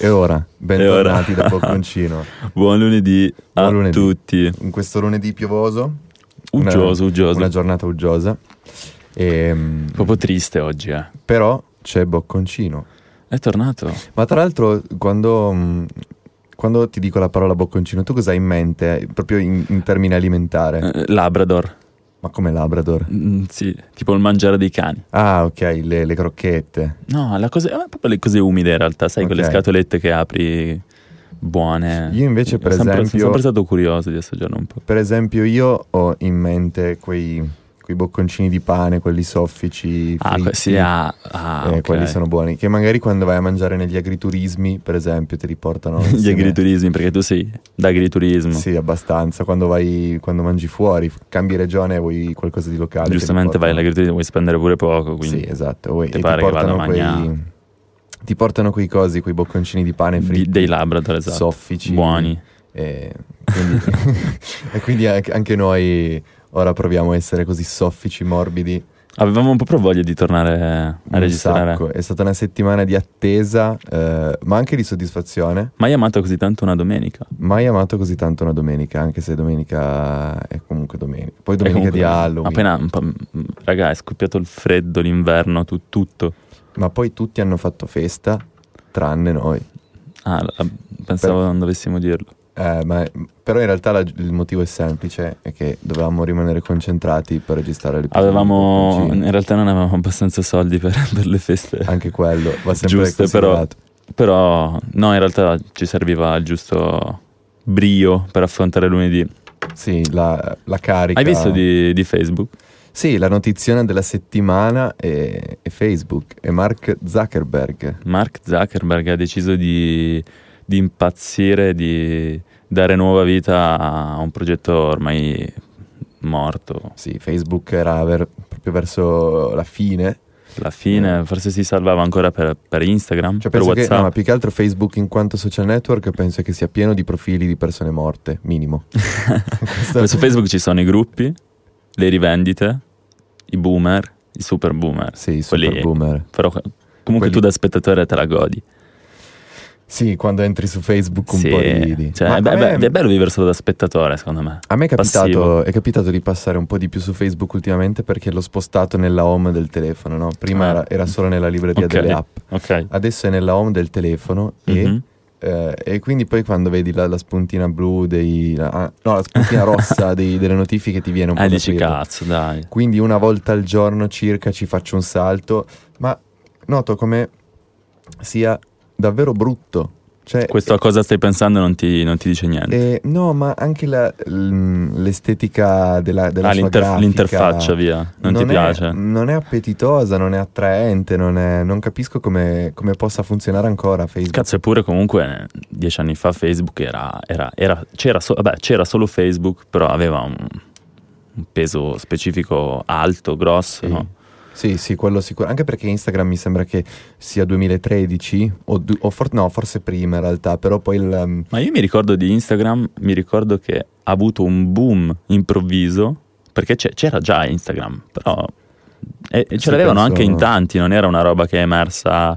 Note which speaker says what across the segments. Speaker 1: E ora, bentornati da Bocconcino.
Speaker 2: Buon lunedì
Speaker 1: Buon
Speaker 2: a
Speaker 1: lunedì.
Speaker 2: tutti.
Speaker 1: In questo lunedì piovoso, una-
Speaker 2: Uggioso, uggioso.
Speaker 1: una giornata uggiosa, Ehm,
Speaker 2: Proprio triste oggi, eh.
Speaker 1: però c'è Bocconcino.
Speaker 2: È tornato.
Speaker 1: Ma tra l'altro, quando, mh, quando ti dico la parola Bocconcino, tu cosa hai in mente? eh, Proprio in, in termini alimentare,
Speaker 2: Eh, Labrador.
Speaker 1: ma come Labrador?
Speaker 2: Mm, sì, tipo il mangiare dei cani.
Speaker 1: Ah, ok, le, le crocchette.
Speaker 2: No, la cosa, eh, proprio le cose umide in realtà, sai, quelle
Speaker 1: Ok.
Speaker 2: scatolette che apri buone.
Speaker 1: Io invece, per
Speaker 2: Sono sempre-
Speaker 1: esempio-
Speaker 2: Sono sempre stato curioso di assaggiarlo un po'.
Speaker 1: Per esempio, io ho in mente quei, quei bocconcini di pane, quelli soffici.
Speaker 2: Ah, que-
Speaker 1: fritti.
Speaker 2: sì, ah, ah,
Speaker 1: Eh,
Speaker 2: ok.
Speaker 1: Quelli sono buoni. Che magari quando vai a mangiare negli agriturismi, per esempio, ti riportano.
Speaker 2: Gli
Speaker 1: insieme-
Speaker 2: agriturismi, perché tu sei da agriturismo.
Speaker 1: Sì, abbastanza. Quando, vai, quando mangi fuori, cambi regione e vuoi qualcosa di locale. ti
Speaker 2: Giustamente vai
Speaker 1: riportano.
Speaker 2: all'agriturismo, vuoi spendere pure poco, quindi
Speaker 1: Sì, esatto. Vuoi-
Speaker 2: Ti
Speaker 1: e
Speaker 2: pare
Speaker 1: ti
Speaker 2: che vada a
Speaker 1: portano quei.
Speaker 2: mangiare.
Speaker 1: Ti portano quei cosi, quei bocconcini di pane
Speaker 2: di-
Speaker 1: fritti.
Speaker 2: dei Labrador, esatto.
Speaker 1: Soffici.
Speaker 2: Buoni.
Speaker 1: E quindi, e quindi anche anche noi ora proviamo a essere così soffici, morbidi.
Speaker 2: Avevamo un po' proprio voglia di tornare a
Speaker 1: Un
Speaker 2: registrare.
Speaker 1: sacco. È stata una settimana di attesa, eh, ma anche di soddisfazione.
Speaker 2: Mai amato così tanto una domenica?
Speaker 1: Mai amato così tanto una domenica, anche se domenica è comunque domenica. Poi domenica
Speaker 2: E comunque,
Speaker 1: di Halloween.
Speaker 2: Appena, un po', mh, raga, è scoppiato il freddo, l'inverno, tu- tutto.
Speaker 1: Ma poi tutti hanno fatto festa, tranne noi.
Speaker 2: Ah, la- la- pensavo
Speaker 1: Per-
Speaker 2: non dovessimo dirlo.
Speaker 1: Eh, ma- però in realtà la- il motivo è semplice, è che dovevamo rimanere concentrati per registrare l'episodio. di
Speaker 2: Avevamo,
Speaker 1: Bocconcini.
Speaker 2: in realtà non avevamo abbastanza soldi per, per le feste.
Speaker 1: Anche quello, va sempre
Speaker 2: Giusto, però-
Speaker 1: considerato.
Speaker 2: Però, no, in realtà ci serviva il giusto brio per affrontare lunedì.
Speaker 1: Sì, la, la carica...
Speaker 2: Hai visto di, di Facebook?
Speaker 1: Sì, la notiziona della settimana è, è Facebook, è Mark Zuckerberg.
Speaker 2: Mark Zuckerberg ha deciso di, di impazzire, di dare nuova vita a un progetto ormai morto.
Speaker 1: Sì, Facebook era ver- proprio verso la fine.
Speaker 2: Alla fine, forse si salvava ancora per, per Instagram,
Speaker 1: Eh. Cioè,
Speaker 2: per
Speaker 1: penso che, no,
Speaker 2: WhatsApp.
Speaker 1: ma più che altro Facebook in quanto social network penso che sia pieno di profili di persone morte, minimo. Questo-
Speaker 2: Su Facebook ci sono i gruppi, le rivendite, i boomer, i super boomer.
Speaker 1: Sì, super
Speaker 2: Quelli-
Speaker 1: boomer.
Speaker 2: Però comunque
Speaker 1: Quelli-
Speaker 2: tu da spettatore te la godi.
Speaker 1: Sì, quando entri su Facebook un
Speaker 2: Sì,
Speaker 1: po' ridi.
Speaker 2: cioè,
Speaker 1: Ma
Speaker 2: è, be-
Speaker 1: a, me,
Speaker 2: be- è bello vivere solo da spettatore, secondo me.
Speaker 1: a me è
Speaker 2: passivo.
Speaker 1: capitato, è capitato di passare un po' di più su Facebook ultimamente perché l'ho spostato nella home del telefono, no? Prima
Speaker 2: Ah.
Speaker 1: era, era solo nella libreria
Speaker 2: Ok.
Speaker 1: delle app,
Speaker 2: Ok.
Speaker 1: adesso è nella home del telefono e...
Speaker 2: Mhm.
Speaker 1: eh, e quindi poi quando vedi la, la spuntina blu dei... la- ah, no, la spuntina rossa dei- delle notifiche ti viene un po'
Speaker 2: Eh,
Speaker 1: da
Speaker 2: dici
Speaker 1: aprire.
Speaker 2: cazzo, dai.
Speaker 1: Quindi una volta al giorno circa ci faccio un salto, ma noto come sia davvero brutto. Cioè,
Speaker 2: Questo a cosa stai pensando non ti, non ti dice niente.
Speaker 1: eh, no, ma anche la- l- l'estetica della, della
Speaker 2: Ah,
Speaker 1: sua
Speaker 2: l'inter-
Speaker 1: grafica
Speaker 2: l'interfaccia, via. Non, ti
Speaker 1: è-
Speaker 2: piace.
Speaker 1: non è appetitosa, non è attraente, non, è- non capisco come, come possa funzionare ancora Facebook.
Speaker 2: Cazzo, eppure comunque eh, dieci anni fa Facebook era, era- era- c'era, so- vabbè, c'era solo Facebook, però aveva un, un peso specifico alto, grosso.
Speaker 1: Sì.
Speaker 2: no?
Speaker 1: Sì, sì, quello sicuro. Anche perché Instagram mi sembra che sia 2013 o, du- o for- no, forse prima in realtà, però poi il, um,
Speaker 2: Ma io mi ricordo di Instagram, mi ricordo che ha avuto un boom improvviso, perché c'è- c'era già Instagram, però e, e ce
Speaker 1: Sì,
Speaker 2: l'avevano
Speaker 1: penso-
Speaker 2: anche in tanti, non era una roba che è emersa.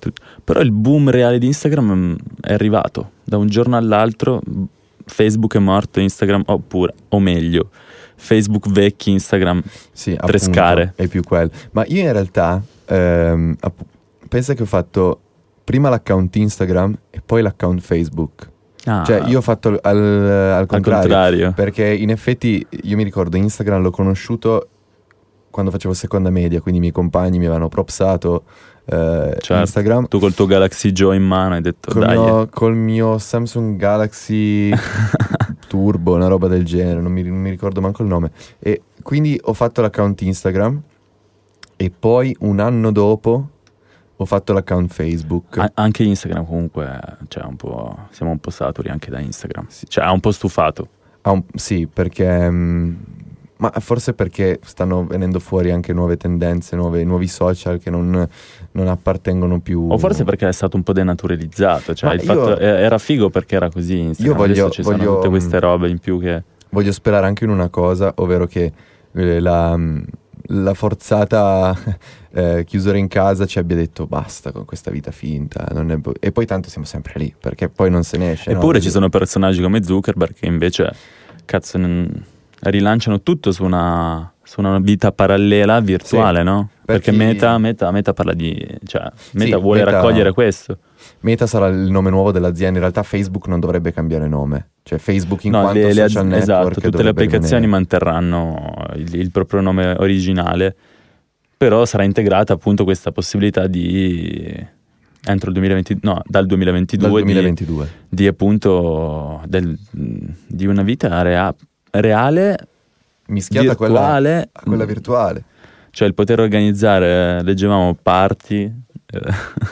Speaker 2: tut- Però il boom reale di Instagram mm, è arrivato da un giorno all'altro. mm, Facebook è morto, Instagram, oppure, o meglio, Facebook vecchi, Instagram
Speaker 1: Sì,
Speaker 2: Tre scare.
Speaker 1: È più quello. Ma io in realtà ehm, app- pensa che ho fatto prima l'account Instagram e poi l'account Facebook.
Speaker 2: Ah,
Speaker 1: Cioè, io ho fatto al, al
Speaker 2: al
Speaker 1: contrario,
Speaker 2: contrario.
Speaker 1: Perché in effetti io mi ricordo Instagram l'ho conosciuto quando facevo seconda media, quindi i miei compagni mi avevano propsato eh,
Speaker 2: Certo.
Speaker 1: Instagram.
Speaker 2: Tu col tuo Galaxy Joe in mano hai detto,
Speaker 1: Col
Speaker 2: dai, eh,
Speaker 1: mio, col mio Samsung Galaxy Turbo, una roba del genere, non mi, non mi ricordo manco il nome. E quindi ho fatto l'account Instagram e poi un anno dopo ho fatto l'account Facebook.
Speaker 2: A- anche Instagram comunque, cioè, un po', siamo un po' saturi anche da Instagram. Cioè, ha un po' stufato.
Speaker 1: Ah, un- sì, perché... mm, ma forse perché stanno venendo fuori anche nuove tendenze, nuove- nuovi social che non, non appartengono più...
Speaker 2: O forse perché è stato un po' denaturalizzato. Cioè,
Speaker 1: Uh. Ma
Speaker 2: il fatto-
Speaker 1: io-
Speaker 2: eh, era figo perché era così Instagram.
Speaker 1: Io voglio-
Speaker 2: Adesso ci
Speaker 1: voglio- mm,
Speaker 2: sono tutte queste robe in più che...
Speaker 1: Voglio sperare anche in una cosa, ovvero che eh, la, la forzata eh, chiusura in casa ci abbia detto basta con questa vita finta. non è bo- e poi tanto siamo sempre lì, perché poi non se ne esce. no?
Speaker 2: Eppure ci
Speaker 1: Quindi-
Speaker 2: sono personaggi come Zuckerberg che invece cazzo, n- rilanciano tutto su una, su una vita parallela virtuale, no? Perché
Speaker 1: perché-
Speaker 2: Meta, Meta- Meta parla di... cioè, Meta
Speaker 1: Sì,
Speaker 2: vuole
Speaker 1: Meta-
Speaker 2: raccogliere questo.
Speaker 1: Meta sarà il nome nuovo dell'azienda, in realtà Facebook non dovrebbe cambiare nome. Cioè Facebook in quanto
Speaker 2: le- le
Speaker 1: social
Speaker 2: az-
Speaker 1: network
Speaker 2: esatto, tutte le
Speaker 1: dovrebbe
Speaker 2: applicazioni
Speaker 1: rimanere.
Speaker 2: manterranno il, il proprio nome originale, però sarà integrata appunto questa possibilità di entro il 2020, no, dal 2022,
Speaker 1: dal
Speaker 2: di-
Speaker 1: 2022.
Speaker 2: Di, appunto del- di una vita rea- reale,
Speaker 1: Mischiata a quella,
Speaker 2: virtuale,
Speaker 1: a quella virtuale,
Speaker 2: cioè il poter organizzare, eh, leggevamo party, eh,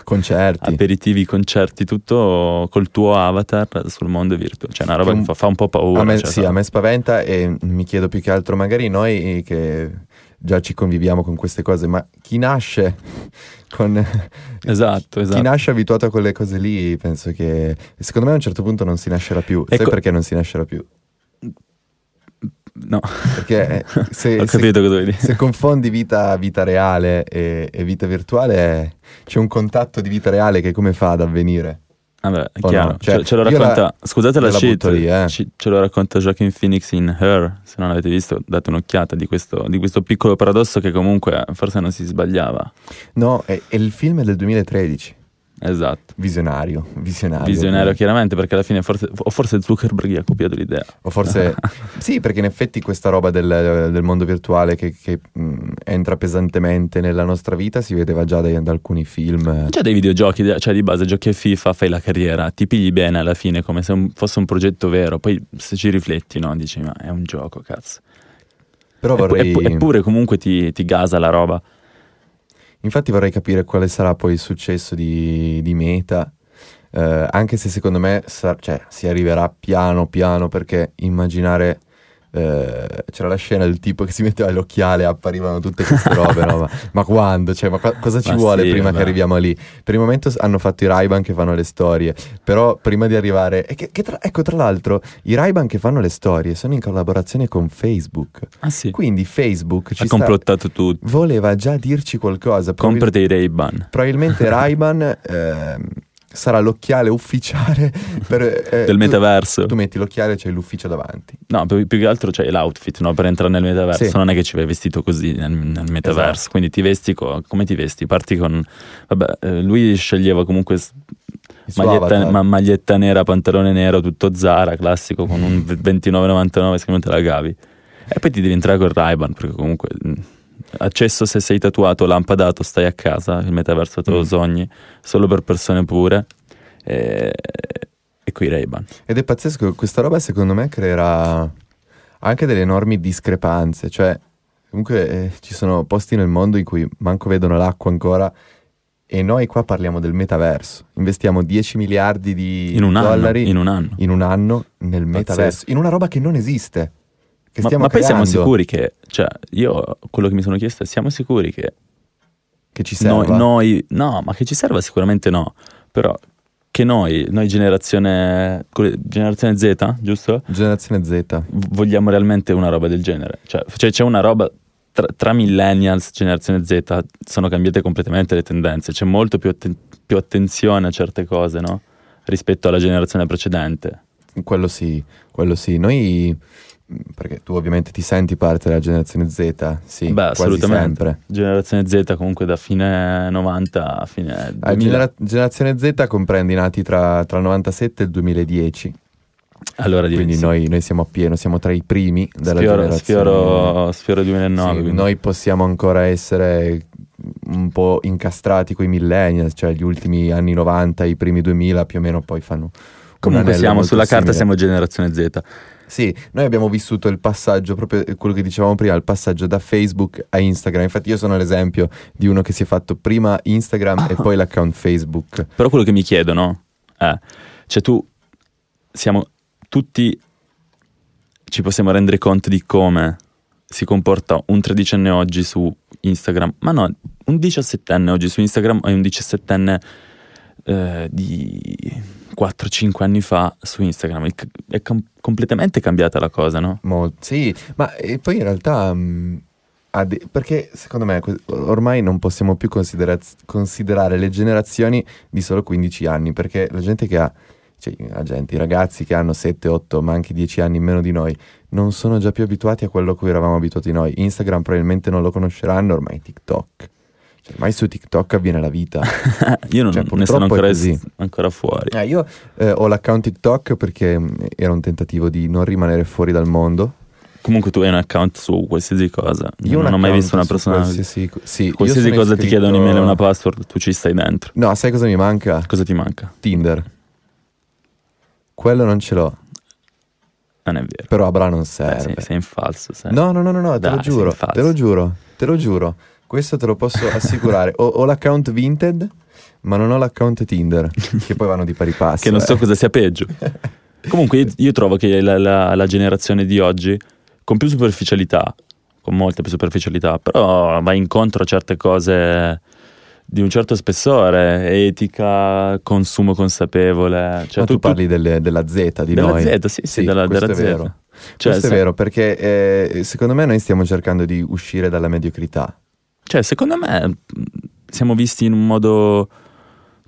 Speaker 1: concerti.
Speaker 2: aperitivi, concerti, tutto col tuo avatar sul mondo virtuale, cioè una roba
Speaker 1: Che
Speaker 2: che
Speaker 1: un-
Speaker 2: fa, fa un po' paura.
Speaker 1: a me,
Speaker 2: cioè,
Speaker 1: sì,
Speaker 2: fa-
Speaker 1: a me spaventa e mi chiedo più che altro magari noi che già ci conviviamo con queste cose, ma chi nasce con
Speaker 2: Esatto, esatto.
Speaker 1: chi nasce abituato a quelle cose lì, penso che secondo me a un certo punto non si nascerà più. Sai
Speaker 2: Ecco-
Speaker 1: perché non si nascerà più?
Speaker 2: No,
Speaker 1: Perché eh, se,
Speaker 2: ho
Speaker 1: se-
Speaker 2: capito cosa vuoi dire.
Speaker 1: se confondi vita, vita reale e, e vita virtuale, c'è un contatto di vita reale che come fa ad avvenire?
Speaker 2: Vabbè, è
Speaker 1: o
Speaker 2: chiaro.
Speaker 1: no? Cioè,
Speaker 2: ce, ce lo
Speaker 1: io la-
Speaker 2: racconta, scusate la
Speaker 1: io la
Speaker 2: cheat,
Speaker 1: butto lì, eh.
Speaker 2: ci- ce lo racconta Joaquin Phoenix in Her, se non l'avete visto date un'occhiata di questo, di questo piccolo paradosso che comunque forse non si sbagliava.
Speaker 1: No, è, è il film del 2013.
Speaker 2: Esatto.
Speaker 1: Visionario, visionario.
Speaker 2: Visionario chiaramente perché alla fine forse, o forse Zuckerberg gli ha copiato l'idea.
Speaker 1: O forse sì, perché in effetti questa roba del, del mondo virtuale che, che, mh, entra pesantemente nella nostra vita si vedeva già dai- da alcuni film.
Speaker 2: Già dei videogiochi, de- cioè di base giochi a FIFA, fai la carriera, ti pigli bene alla fine come se un- fosse un progetto vero, poi se ci rifletti no, dici ma è un gioco cazzo.
Speaker 1: Però
Speaker 2: Eppu-
Speaker 1: vorrei,
Speaker 2: eppu- Eppure comunque ti, ti gasa la roba.
Speaker 1: infatti vorrei capire quale sarà poi il successo di, di Meta, eh, anche se secondo me sa- cioè, si arriverà piano piano perché immaginare... eh, c'era la scena del tipo che si metteva l'occhiale e apparivano tutte queste robe no? ma, ma quando? Cioè, ma qua- cosa ci
Speaker 2: Ma
Speaker 1: vuole
Speaker 2: sì,
Speaker 1: prima
Speaker 2: ma-
Speaker 1: che arriviamo lì? Per il momento s- hanno fatto i Ray-Ban che fanno le storie, però prima di arrivare... e che- che tra- ecco, tra l'altro, i Ray-Ban che fanno le storie sono in collaborazione con Facebook.
Speaker 2: Ah sì,
Speaker 1: Quindi Facebook ci
Speaker 2: ha
Speaker 1: sta-
Speaker 2: complottato tutto.
Speaker 1: voleva già dirci qualcosa. probabil-
Speaker 2: Comprati i Ray-Ban
Speaker 1: probabilmente Ray-Ban ehm, sarà l'occhiale ufficiale per, eh,
Speaker 2: del
Speaker 1: tu-
Speaker 2: metaverso.
Speaker 1: Tu, metti l'occhiale e c'è l'ufficio davanti.
Speaker 2: No, più, più che altro c'è l'outfit no? per entrare nel metaverso.
Speaker 1: Sì.
Speaker 2: Non è che ci vai vestito così nel, nel metaverso.
Speaker 1: Esatto.
Speaker 2: Quindi ti vesti co- come ti vesti? Parti con. Vabbè, eh, lui sceglieva comunque s-
Speaker 1: Il suo
Speaker 2: maglietta,
Speaker 1: avatar.
Speaker 2: ma- maglietta nera, pantalone nero, tutto Zara classico con un v- 29,99 se non te la cavi. E poi ti devi entrare con Ray-Ban perché comunque. mh, Accesso se sei tatuato, lampadato, stai a casa, il metaverso te lo
Speaker 1: Mm.
Speaker 2: sogni, solo per persone pure. E, e qui Ray-Ban.
Speaker 1: Ed è pazzesco, questa roba secondo me creerà anche delle enormi discrepanze, cioè comunque eh, ci sono posti nel mondo in cui manco vedono l'acqua ancora e noi qua parliamo del metaverso, investiamo 10 miliardi di
Speaker 2: In un anno.
Speaker 1: dollari
Speaker 2: In un anno.
Speaker 1: in un anno nel
Speaker 2: Pazzesco.
Speaker 1: metaverso, in una roba che non esiste. Che
Speaker 2: Ma,
Speaker 1: stiamo
Speaker 2: ma poi siamo
Speaker 1: creando,
Speaker 2: sicuri che, cioè, io quello che mi sono chiesto è: siamo sicuri che
Speaker 1: che ci serva.
Speaker 2: noi, noi- no, ma che ci serva sicuramente no, però che noi, noi generazione, quelle- generazione Z, giusto?
Speaker 1: Generazione Z.
Speaker 2: V- Vogliamo realmente una roba del genere, cioè, cioè c'è una roba. Tra, tra millennials, generazione Z, sono cambiate completamente le tendenze, c'è molto più, atten- più attenzione a certe cose, no? Rispetto alla generazione precedente.
Speaker 1: Quello sì, quello sì. Noi, mh, perché tu ovviamente ti senti parte della generazione Z, sì,
Speaker 2: Beh,
Speaker 1: quasi
Speaker 2: assolutamente.
Speaker 1: sempre.
Speaker 2: Generazione Z comunque da fine 90 a fine
Speaker 1: La
Speaker 2: 2000.
Speaker 1: genera- generazione Z comprende i nati tra, tra il 97 e il 2010,
Speaker 2: Allora direi
Speaker 1: quindi
Speaker 2: sì.
Speaker 1: noi, noi siamo appieno, siamo tra i primi della
Speaker 2: sfioro,
Speaker 1: generazione.
Speaker 2: sfioro, sfioro
Speaker 1: Sì,
Speaker 2: 2009. quindi.
Speaker 1: noi possiamo ancora essere un po' incastrati con i millennials, cioè gli ultimi anni 90, i primi 2000 più o meno poi fanno... un
Speaker 2: Comunque
Speaker 1: anello
Speaker 2: siamo
Speaker 1: molto
Speaker 2: sulla carta,
Speaker 1: simile.
Speaker 2: siamo generazione Z.
Speaker 1: Sì, noi abbiamo vissuto il passaggio, proprio eh, quello che dicevamo prima, il passaggio da Facebook a Instagram. Infatti io sono l'esempio di uno che si è fatto prima Instagram e poi l'account Facebook.
Speaker 2: Però quello che mi chiedono è, cioè tu, siamo tutti, ci possiamo rendere conto di come si comporta un tredicenne oggi su Instagram, ma no, un diciassettenne oggi su Instagram e un diciassettenne eh, di 4-5 anni fa su Instagram. È, è com- completamente cambiata la cosa, no?
Speaker 1: Mo- sì, ma e poi in realtà mh, mm, ha de- perché secondo me que- ormai non possiamo più considera- considerare le generazioni di solo 15 anni, perché la gente che ha, cioè la gente, i ragazzi che hanno 7, 8, ma anche 10 anni in meno di noi, non sono già più abituati a quello a cui eravamo abituati noi. Instagram probabilmente non lo conosceranno, ormai TikTok. Cioè, ormai su TikTok avviene la vita.
Speaker 2: Io non
Speaker 1: Cioè,
Speaker 2: ne
Speaker 1: purtroppo
Speaker 2: sono
Speaker 1: è
Speaker 2: ancora,
Speaker 1: così.
Speaker 2: es- ancora fuori.
Speaker 1: Eh, io eh, ho l'account TikTok perché mh, era un tentativo di non rimanere fuori dal mondo.
Speaker 2: Comunque tu hai un account su qualsiasi cosa.
Speaker 1: Io
Speaker 2: non
Speaker 1: un
Speaker 2: ho mai
Speaker 1: account
Speaker 2: visto una
Speaker 1: su
Speaker 2: persona...
Speaker 1: Qualsiasi, co- sì, io
Speaker 2: Qualsiasi
Speaker 1: sono
Speaker 2: cosa ti
Speaker 1: iscritto-
Speaker 2: chieda un'email e una password, tu ci stai dentro.
Speaker 1: No, sai cosa mi manca?
Speaker 2: Cosa ti manca?
Speaker 1: Tinder. Quello non ce l'ho,
Speaker 2: Non è vero.
Speaker 1: però a Bra non
Speaker 2: Dai,
Speaker 1: serve.
Speaker 2: sei, sei in falso. sei-
Speaker 1: No, no, no, no, no, te lo
Speaker 2: Dai, sei
Speaker 1: giuro,
Speaker 2: falso.
Speaker 1: te lo giuro, te lo giuro. Questo te lo posso assicurare. Ho, ho l'account Vinted, ma non ho l'account Tinder, che poi vanno di pari passo.
Speaker 2: Che non so
Speaker 1: eh.
Speaker 2: cosa sia peggio. Comunque io, io trovo che la, la- la generazione di oggi, con più superficialità, con molta più superficialità, però va incontro a certe cose di un certo spessore, etica, consumo consapevole. Cioè,
Speaker 1: Ma tu,
Speaker 2: tu- tu-
Speaker 1: parli delle- della Z di
Speaker 2: della
Speaker 1: noi.
Speaker 2: Z, sì, sì, della,
Speaker 1: questo
Speaker 2: della
Speaker 1: è vero.
Speaker 2: Z. Cioè,
Speaker 1: questo
Speaker 2: se-
Speaker 1: è vero, perché eh, secondo me noi stiamo cercando di uscire dalla mediocrità.
Speaker 2: Cioè, secondo me mh, siamo visti in un modo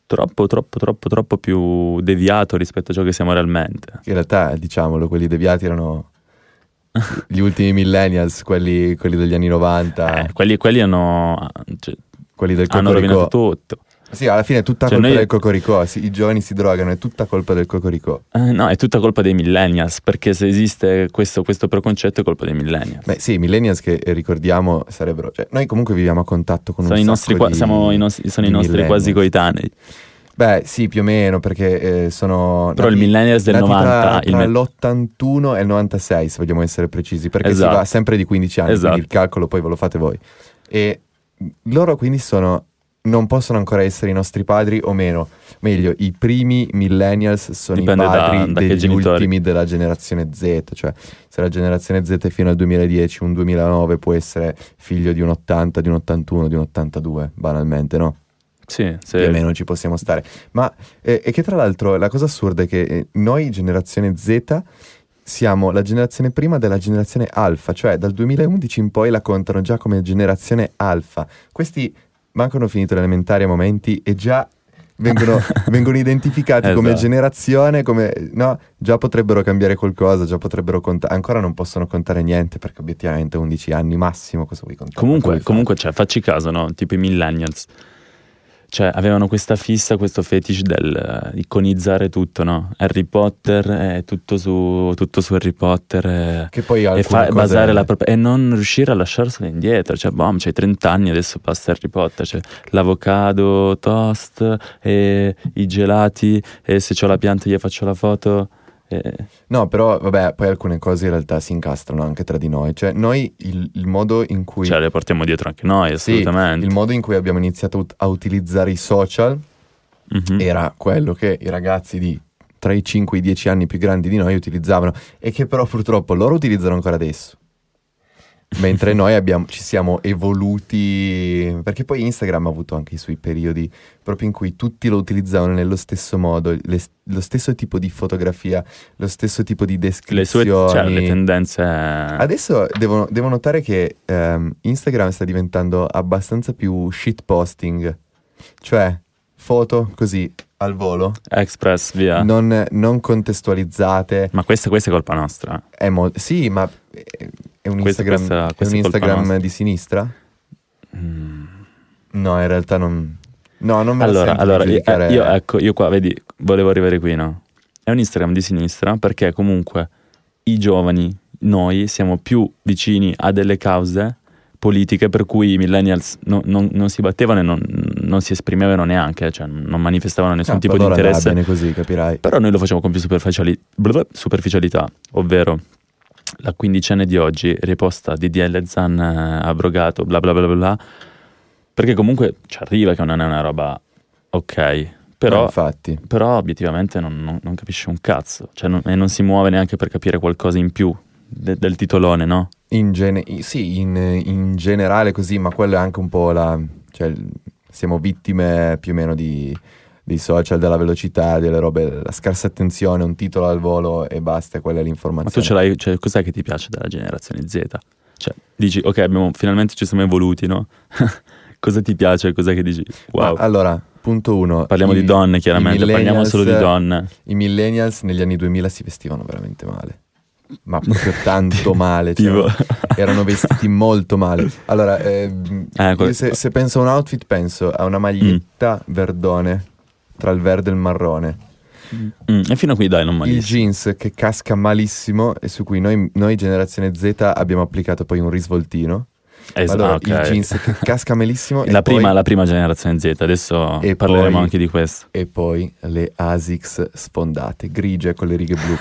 Speaker 2: troppo, troppo, troppo, troppo più deviato rispetto a ciò che siamo realmente.
Speaker 1: In realtà, diciamolo, quelli deviati erano gli ultimi millennials, quelli, quelli degli anni 90,
Speaker 2: Eh, quelli, quelli hanno, cioè,
Speaker 1: quelli del
Speaker 2: hanno rovinato
Speaker 1: cocoricò.
Speaker 2: tutto.
Speaker 1: Sì, alla fine è tutta
Speaker 2: Cioè,
Speaker 1: colpa
Speaker 2: noi-
Speaker 1: del cocoricò, sì, i giovani si drogano, è tutta colpa del cocoricò.
Speaker 2: Eh, no, è tutta colpa dei millennials, perché se esiste questo, questo preconcetto è colpa dei millennials.
Speaker 1: Beh sì, i millennials che eh, ricordiamo sarebbero... Cioè, noi comunque viviamo a contatto con
Speaker 2: Sono
Speaker 1: un
Speaker 2: i,
Speaker 1: sacco
Speaker 2: nostri, qua-
Speaker 1: di-
Speaker 2: siamo i nos- sono i
Speaker 1: di
Speaker 2: nostri quasi
Speaker 1: millennials.
Speaker 2: coetanei.
Speaker 1: Beh sì, più o meno, perché eh, sono...
Speaker 2: Però il
Speaker 1: nati-
Speaker 2: millennials del
Speaker 1: nati
Speaker 2: 90,
Speaker 1: tra,
Speaker 2: il
Speaker 1: tra
Speaker 2: me-
Speaker 1: l'81 e il 96, se vogliamo essere precisi, perché
Speaker 2: Esatto.
Speaker 1: si va sempre di 15 anni,
Speaker 2: Esatto.
Speaker 1: quindi il calcolo poi ve lo fate voi. E loro quindi sono... non possono ancora essere i nostri padri o meno. Meglio, i primi millennials sono
Speaker 2: Dipende
Speaker 1: i
Speaker 2: da-
Speaker 1: padri
Speaker 2: da che
Speaker 1: degli
Speaker 2: genitori.
Speaker 1: ultimi della generazione Z, cioè se la generazione Z è fino al 2010, un 2009 può essere figlio di un 80, di un 81, di un 82, banalmente, no?
Speaker 2: Sì, se-
Speaker 1: più o meno ci possiamo stare. Ma eh, e che tra l'altro la cosa assurda è che eh, noi, generazione Z, siamo la generazione prima della generazione alfa, cioè dal 2011 in poi la contano già come generazione alfa. Questi mancano finito l'elementare a momenti e già vengono, vengono identificati come
Speaker 2: Esatto.
Speaker 1: generazione, come no, già potrebbero cambiare qualcosa, già potrebbero contare, ancora non possono contare niente perché obiettivamente 11 anni massimo, cosa vuoi contare? Cosa
Speaker 2: Comunque,
Speaker 1: vuoi
Speaker 2: comunque cioè, facci caso, no? Tipo i millennials. Cioè, avevano questa fissa, questo fetish del eh, iconizzare tutto, no? Harry Potter, eh, tutto, su, tutto su Harry Potter. eh,
Speaker 1: fare? che poi
Speaker 2: e,
Speaker 1: alcune
Speaker 2: fa-
Speaker 1: cose-
Speaker 2: basare la propria- e non riuscire a lasciarsene indietro. Cioè, bom, c'hai 30 anni, adesso passa Harry Potter. Cioè, l'avocado toast, e i gelati, e se ho la pianta gli faccio la foto. e-
Speaker 1: No, però vabbè, poi alcune cose in realtà si incastrano anche tra di noi. Cioè, noi il, il modo in cui
Speaker 2: cioè, le portiamo dietro anche noi,
Speaker 1: Sì,
Speaker 2: assolutamente.
Speaker 1: il modo in cui abbiamo iniziato ut- a utilizzare i social
Speaker 2: Mhm.
Speaker 1: era quello che i ragazzi di tra i 5 e i 10 anni più grandi di noi utilizzavano e che però purtroppo loro utilizzano ancora adesso. Mentre noi abbiamo- ci siamo evoluti, perché poi Instagram ha avuto anche i suoi periodi proprio in cui tutti lo utilizzavano nello stesso modo, le- lo stesso tipo di fotografia, lo stesso tipo di
Speaker 2: le sue
Speaker 1: descrizioni.
Speaker 2: cioè, le tendenze. Eh.
Speaker 1: Adesso devo, devo notare che ehm, Instagram sta diventando abbastanza più shitposting, cioè foto così al volo,
Speaker 2: Express, via.
Speaker 1: non, non contestualizzate.
Speaker 2: Ma questa, questa è colpa nostra.
Speaker 1: È mol- sì, ma eh, è un
Speaker 2: Questa-
Speaker 1: Instagram,
Speaker 2: questa-
Speaker 1: è
Speaker 2: questa
Speaker 1: un
Speaker 2: è colpa
Speaker 1: Instagram
Speaker 2: nostra.
Speaker 1: di sinistra?
Speaker 2: Mm.
Speaker 1: No, in realtà non... No, non me la
Speaker 2: Allora,
Speaker 1: sento di
Speaker 2: allora, io,
Speaker 1: giudicare-
Speaker 2: eh, io, ecco, io qua, vedi, volevo arrivare qui, no? È un Instagram di sinistra perché comunque i giovani, noi, siamo più vicini a delle cause politiche per cui i millennials no- non, non si battevano e non, non si esprimevano neanche, cioè non manifestavano nessun
Speaker 1: Ah,
Speaker 2: tipo di
Speaker 1: allora andrà
Speaker 2: interesse.
Speaker 1: bene così, capirai.
Speaker 2: Però noi lo facciamo con più superficiali- blablabla, superficialità, ovvero la quindicenne di oggi riposta DDL Zan eh, abrogato, bla bla bla bla bla, perché comunque ci arriva che non è una roba ok,
Speaker 1: No,
Speaker 2: però,
Speaker 1: Eh, infatti,
Speaker 2: però obiettivamente non, non- non capisce un cazzo, cioè non- e non si muove neanche per capire qualcosa in più de- del titolone, no?
Speaker 1: In gene- i- sì, in, in generale così, ma quello è anche un po' la... cioè, l- siamo vittime più o meno di, dei social, della velocità, delle robe, la scarsa attenzione, un titolo al volo e basta, quella è
Speaker 2: Ma tu
Speaker 1: l'informazione.
Speaker 2: ce l'hai, cioè, cos'è che ti piace della generazione Z? Cioè, dici, ok, abbiamo- finalmente ci siamo evoluti, no? cosa ti piace? Cosa che dici? Wow.
Speaker 1: Ma allora, punto uno.
Speaker 2: Parliamo
Speaker 1: i-
Speaker 2: di donne, chiaramente,
Speaker 1: i
Speaker 2: parliamo solo di
Speaker 1: millennials-
Speaker 2: donne.
Speaker 1: I millennials negli anni 2000 si vestivano veramente male. Ma proprio tanto male. cioè,
Speaker 2: Tipo...
Speaker 1: erano vestiti molto male. Allora, ehm,
Speaker 2: Eh,
Speaker 1: io
Speaker 2: que-
Speaker 1: se, se penso a un outfit, penso a una
Speaker 2: Mm.
Speaker 1: maglietta verdone tra il verde e il marrone.
Speaker 2: Mm, e fino a qui dai, non
Speaker 1: Il
Speaker 2: malisci.
Speaker 1: jeans che casca malissimo e su cui noi, noi generazione Z abbiamo applicato poi un risvoltino.
Speaker 2: Esatto,
Speaker 1: allora,
Speaker 2: ok.
Speaker 1: il jeans che casca malissimo e
Speaker 2: la, prima,
Speaker 1: poi-
Speaker 2: la prima generazione Z, adesso
Speaker 1: E
Speaker 2: parleremo
Speaker 1: poi-
Speaker 2: anche di questo.
Speaker 1: e poi le Asics sfondate, grigie con le righe blu.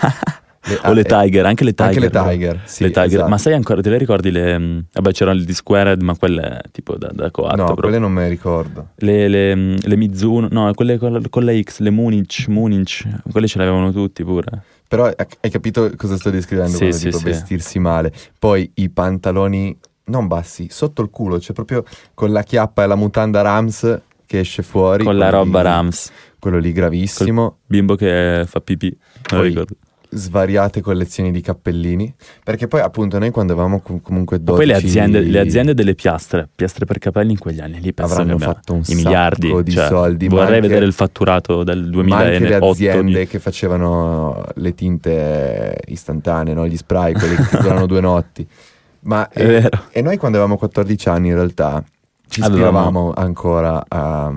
Speaker 1: Le-
Speaker 2: o le
Speaker 1: eh,
Speaker 2: Tiger, anche le Tiger.
Speaker 1: Anche le
Speaker 2: però.
Speaker 1: Tiger, sì,
Speaker 2: Le Tiger.
Speaker 1: esatto.
Speaker 2: Ma sai ancora, te le ricordi le... mm, Vabbè c'erano le di Squared, ma quelle tipo da, da coatto
Speaker 1: No,
Speaker 2: proprio.
Speaker 1: quelle non me le ricordo.
Speaker 2: Le, le, mm, le Mizuno, no, quelle con, con la X, le Munich, Munich, quelle ce le avevano tutti pure.
Speaker 1: Però eh, hai capito cosa sto descrivendo
Speaker 2: Sì,
Speaker 1: quando
Speaker 2: sì,
Speaker 1: dico
Speaker 2: sì.
Speaker 1: vestirsi male. Poi i pantaloni non bassi, sotto il culo, cioè proprio con la chiappa e la mutanda Rams che esce fuori.
Speaker 2: Con la
Speaker 1: quello
Speaker 2: roba
Speaker 1: lì-
Speaker 2: Rams,
Speaker 1: Quello lì gravissimo.
Speaker 2: bimbo che fa pipì, non lo
Speaker 1: Poi-
Speaker 2: ricordo.
Speaker 1: Svariate collezioni di cappellini. Perché poi appunto noi quando avevamo com- comunque 12
Speaker 2: Ma poi le aziende, le aziende delle piastre, piastre per capelli in quegli anni lì penso
Speaker 1: avranno
Speaker 2: che abbiamo-
Speaker 1: fatto un
Speaker 2: i
Speaker 1: sacco
Speaker 2: miliardi
Speaker 1: di
Speaker 2: cioè,
Speaker 1: soldi. ma
Speaker 2: Vorrei
Speaker 1: anche-
Speaker 2: vedere il fatturato dal
Speaker 1: Ma anche le
Speaker 2: 2008 di-
Speaker 1: aziende che facevano le tinte istantanee, no? gli spray, quelli che ti durano due notti. Ma
Speaker 2: È
Speaker 1: eh,
Speaker 2: vero.
Speaker 1: e noi quando avevamo 14 anni in realtà ci
Speaker 2: Avevamo-
Speaker 1: ispiravamo ancora a...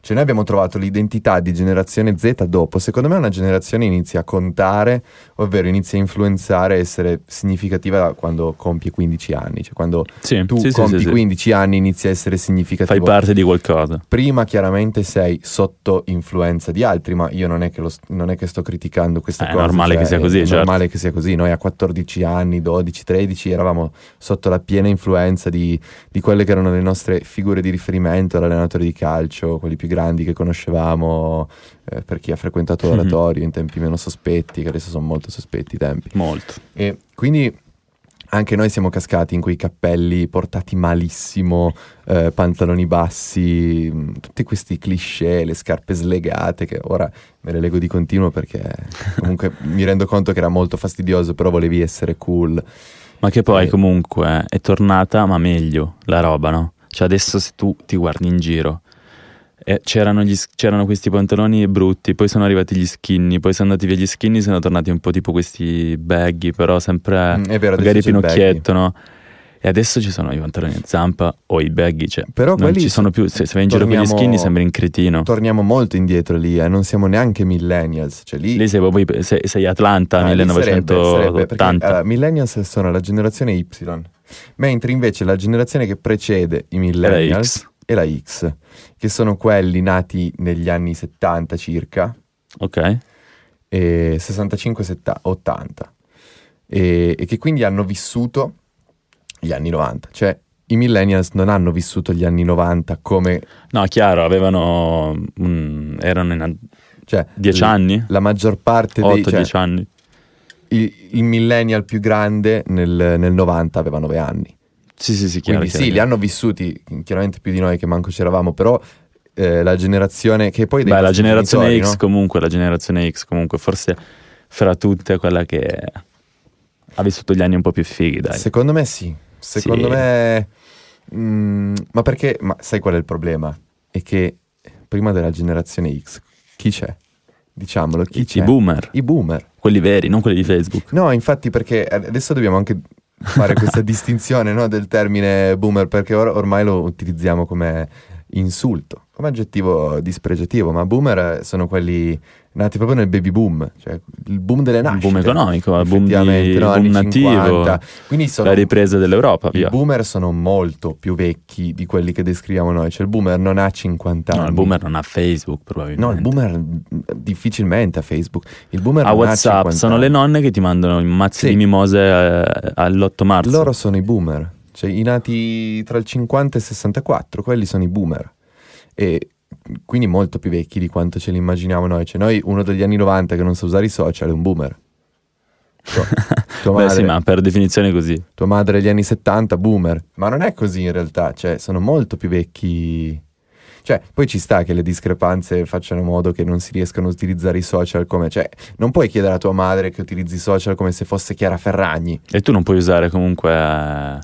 Speaker 1: Cioè noi abbiamo trovato l'identità di generazione Z dopo. Secondo me una generazione inizia a contare, ovvero inizia a influenzare, essere significativa quando compie 15 anni. Cioè quando
Speaker 2: Sì,
Speaker 1: tu
Speaker 2: sì, sì,
Speaker 1: compi
Speaker 2: sì, sì.
Speaker 1: 15 anni inizia a essere
Speaker 2: fai
Speaker 1: significativo
Speaker 2: parte di qualcosa.
Speaker 1: prima chiaramente sei sotto influenza di altri, ma io non è che, lo st- non è che sto criticando queste
Speaker 2: Eh, è
Speaker 1: cose. cioè,
Speaker 2: normale che sia così,
Speaker 1: È
Speaker 2: certo.
Speaker 1: normale che sia così. Noi a 14 anni, 12, 13 eravamo sotto la piena influenza di, di quelle che erano le nostre figure di riferimento, l'allenatore di calcio, quelli più grandi che conoscevamo, eh, per chi ha
Speaker 2: Mhm.
Speaker 1: frequentato l'oratorio in tempi meno sospetti, che adesso sono molto sospetti i tempi.
Speaker 2: Molto.
Speaker 1: E quindi anche noi siamo cascati in quei cappelli portati malissimo, eh, pantaloni bassi, mh, tutti questi cliché, le scarpe slegate, che ora me le leggo di continuo perché comunque mi rendo conto che era molto fastidioso, però volevi essere cool.
Speaker 2: Ma che poi
Speaker 1: Eh.
Speaker 2: comunque è tornata, ma meglio, la roba, no? Cioè adesso se tu ti guardi in giro, eh, c'erano, gli s- c'erano questi pantaloni brutti, poi sono arrivati gli skinny, poi sono andati via gli skinny, sono tornati un po' tipo questi baggy, però sempre
Speaker 1: Mm, è vero, adesso
Speaker 2: magari
Speaker 1: c'è il
Speaker 2: Pinocchietto, no? E adesso ci sono i pantaloni a zampa o i baggy, cioè
Speaker 1: Però
Speaker 2: non
Speaker 1: quelli
Speaker 2: ci sono più, se, se vai in giro con gli
Speaker 1: torniamo-
Speaker 2: skinny sembri un cretino.
Speaker 1: baggy. Torniamo molto indietro lì, eh, non siamo neanche millennials, cioè lì...
Speaker 2: Lì sei proprio, sei, sei Atlanta
Speaker 1: Ah, lì sarebbe- sarebbe,
Speaker 2: 1980.
Speaker 1: perché, eh, allora, millennials sono la generazione Y, mentre invece la generazione che precede i
Speaker 2: Era
Speaker 1: millennials
Speaker 2: X.
Speaker 1: e la X, che sono quelli nati negli anni 70 circa,
Speaker 2: Ok.
Speaker 1: e 65-80, e, e che quindi hanno vissuto gli anni 90. Cioè, i millennials non hanno vissuto gli anni 90 come...
Speaker 2: No, chiaro, avevano. mm, erano in
Speaker 1: Cioè,
Speaker 2: 10
Speaker 1: l-
Speaker 2: anni?
Speaker 1: La maggior parte dei...
Speaker 2: 8-10
Speaker 1: cioè,
Speaker 2: anni.
Speaker 1: il, il millennial più grande nel, nel 90 aveva 9 anni.
Speaker 2: Sì, sì, sì, chiaro.
Speaker 1: Quindi sì,
Speaker 2: chiaro.
Speaker 1: li hanno vissuti chiaramente più di noi che manco c'eravamo, però eh, la generazione che poi... dei
Speaker 2: Beh, la
Speaker 1: nostri
Speaker 2: generazione
Speaker 1: genitori,
Speaker 2: X, comunque, la generazione X, comunque, forse fra tutte è quella che ha vissuto gli anni un po' più fighi,
Speaker 1: no?
Speaker 2: dai.
Speaker 1: Secondo me sì, secondo
Speaker 2: Sì.
Speaker 1: me... mm, ma perché... Ma sai qual è il problema? È che prima della generazione X, chi c'è? Diciamolo, chi
Speaker 2: I,
Speaker 1: c'è?
Speaker 2: i boomer,
Speaker 1: I boomer.
Speaker 2: quelli veri, non quelli di Facebook.
Speaker 1: No, infatti perché ad- adesso dobbiamo anche fare questa distinzione no, del termine boomer perché or- ormai lo utilizziamo come insulto, come aggettivo dispregiativo, ma boomer eh, sono quelli nati proprio nel baby boom, cioè il boom delle
Speaker 2: Il
Speaker 1: nascite.
Speaker 2: boom economico, il boom, di,
Speaker 1: effettivamente,
Speaker 2: il
Speaker 1: no,
Speaker 2: boom
Speaker 1: anni
Speaker 2: nativo,
Speaker 1: 50. Quindi sono
Speaker 2: la ripresa dell'Europa,
Speaker 1: i
Speaker 2: via.
Speaker 1: boomer sono molto più vecchi di quelli che descriviamo noi, cioè il boomer non ha 50 anni.
Speaker 2: No, il boomer non ha Facebook, probabilmente.
Speaker 1: No, il boomer mh, difficilmente a Facebook. Il boomer
Speaker 2: A
Speaker 1: non ha
Speaker 2: WhatsApp
Speaker 1: 50
Speaker 2: sono
Speaker 1: anni.
Speaker 2: le nonne che ti mandano i mazzi
Speaker 1: Sì.
Speaker 2: di mimose eh, all'8 marzo.
Speaker 1: Loro sono i boomer, cioè i nati tra il 50 e il 64, quelli sono i boomer. E quindi molto più vecchi di quanto ce li immaginiamo noi. Cioè noi, uno degli anni 90 che non sa usare i social, è un boomer. Tua, tua
Speaker 2: Beh,
Speaker 1: madre,
Speaker 2: sì, ma per definizione è così.
Speaker 1: tua madre agli anni 70, boomer. Ma non è così in realtà, cioè sono molto più vecchi. Cioè, poi ci sta che le discrepanze facciano modo che non si riescano a utilizzare i social come... Cioè, non puoi chiedere a tua madre che utilizzi i social come se fosse Chiara Ferragni.
Speaker 2: E tu non puoi usare comunque, eh,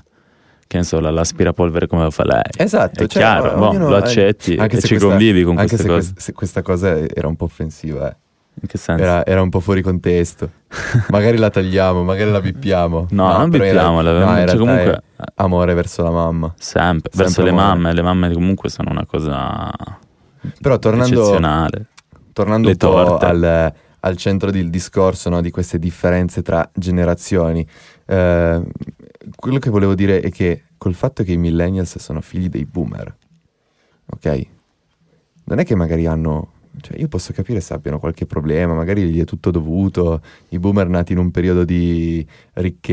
Speaker 2: che ne so, la- l'aspirapolvere come lo fa lei.
Speaker 1: Esatto, cioè,
Speaker 2: È chiaro, boh,
Speaker 1: ognuno-
Speaker 2: lo accetti
Speaker 1: anche
Speaker 2: e
Speaker 1: se
Speaker 2: ci
Speaker 1: questa-
Speaker 2: convivi con
Speaker 1: Anche
Speaker 2: queste
Speaker 1: se,
Speaker 2: cose.
Speaker 1: quest- se questa cosa era un po' offensiva, eh.
Speaker 2: In che senso?
Speaker 1: era, era un po' fuori contesto. Magari la tagliamo, magari la bippiamo.
Speaker 2: No, non
Speaker 1: però era-
Speaker 2: bippiamola,
Speaker 1: no, in
Speaker 2: cioè,
Speaker 1: realtà
Speaker 2: comunque-
Speaker 1: è amore verso la mamma.
Speaker 2: Sempre,
Speaker 1: Sempre
Speaker 2: verso le
Speaker 1: amore.
Speaker 2: mamme, le mamme comunque sono una cosa
Speaker 1: Però tornando,
Speaker 2: eccezionale.
Speaker 1: tornando
Speaker 2: le
Speaker 1: un po'
Speaker 2: torte.
Speaker 1: al, al centro del discorso no, di queste differenze tra generazioni, eh, quello che volevo dire è che col fatto che i millennials sono figli dei boomer, ok? Non è che magari hanno... Cioè io posso capire se abbiano qualche problema, magari gli è tutto dovuto, i boomer nati in un periodo di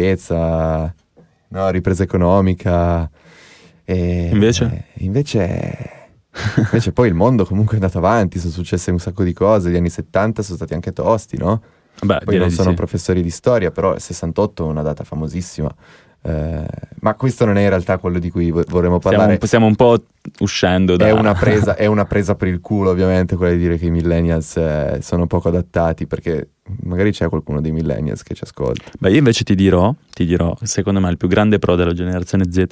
Speaker 1: ricchezza, no, ripresa economica. E
Speaker 2: Invece?
Speaker 1: eh, invece... Invece poi il mondo comunque è andato avanti, sono successe un sacco di cose, gli anni 70 sono stati anche tosti, no?
Speaker 2: Beh,
Speaker 1: Poi
Speaker 2: Ah, direi
Speaker 1: non
Speaker 2: di
Speaker 1: sono
Speaker 2: sì.
Speaker 1: professori di storia, però il 68 è una data famosissima. Eh, ma questo non è in realtà quello di cui vo- vorremmo
Speaker 2: Stiamo,
Speaker 1: parlare.
Speaker 2: un- stiamo un po' uscendo da...
Speaker 1: È una, presa, è una presa per il culo ovviamente quella di dire che i millennials eh, sono poco adattati perché magari c'è qualcuno dei millennials che ci ascolta.
Speaker 2: Beh, io invece ti dirò, ti dirò, secondo me il più grande pro della generazione Z,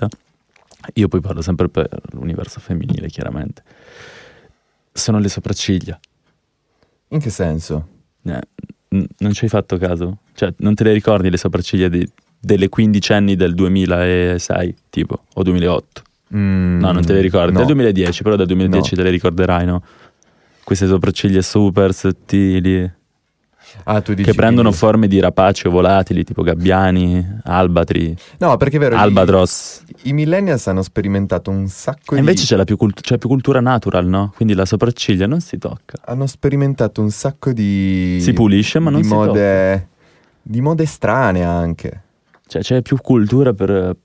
Speaker 2: io poi parlo sempre per l'universo femminile chiaramente, sono le sopracciglia.
Speaker 1: In che senso?
Speaker 2: Eh, n- non ci hai fatto caso? Cioè, non te le ricordi le sopracciglia di- delle quindicenni del 2006, tipo, o 2008?
Speaker 1: Mm,
Speaker 2: No, non te le ricordi.
Speaker 1: no.
Speaker 2: Del 2010, però del 2010 te le ricorderai, no? Queste sopracciglia super sottili
Speaker 1: Ah, tu dici
Speaker 2: che prendono
Speaker 1: quindi-
Speaker 2: forme di rapaci o volatili, tipo gabbiani, albatri,
Speaker 1: No, perché è vero, i,
Speaker 2: albatros.
Speaker 1: i millennials hanno sperimentato un sacco
Speaker 2: E
Speaker 1: di...
Speaker 2: invece c'è la più, cult- c'è più cultura natural, no? Quindi la sopracciglia non si tocca.
Speaker 1: hanno sperimentato un sacco di
Speaker 2: Si pulisce, ma non
Speaker 1: di
Speaker 2: si
Speaker 1: mode di mode strane anche.
Speaker 2: Cioè, c'è più cultura per, per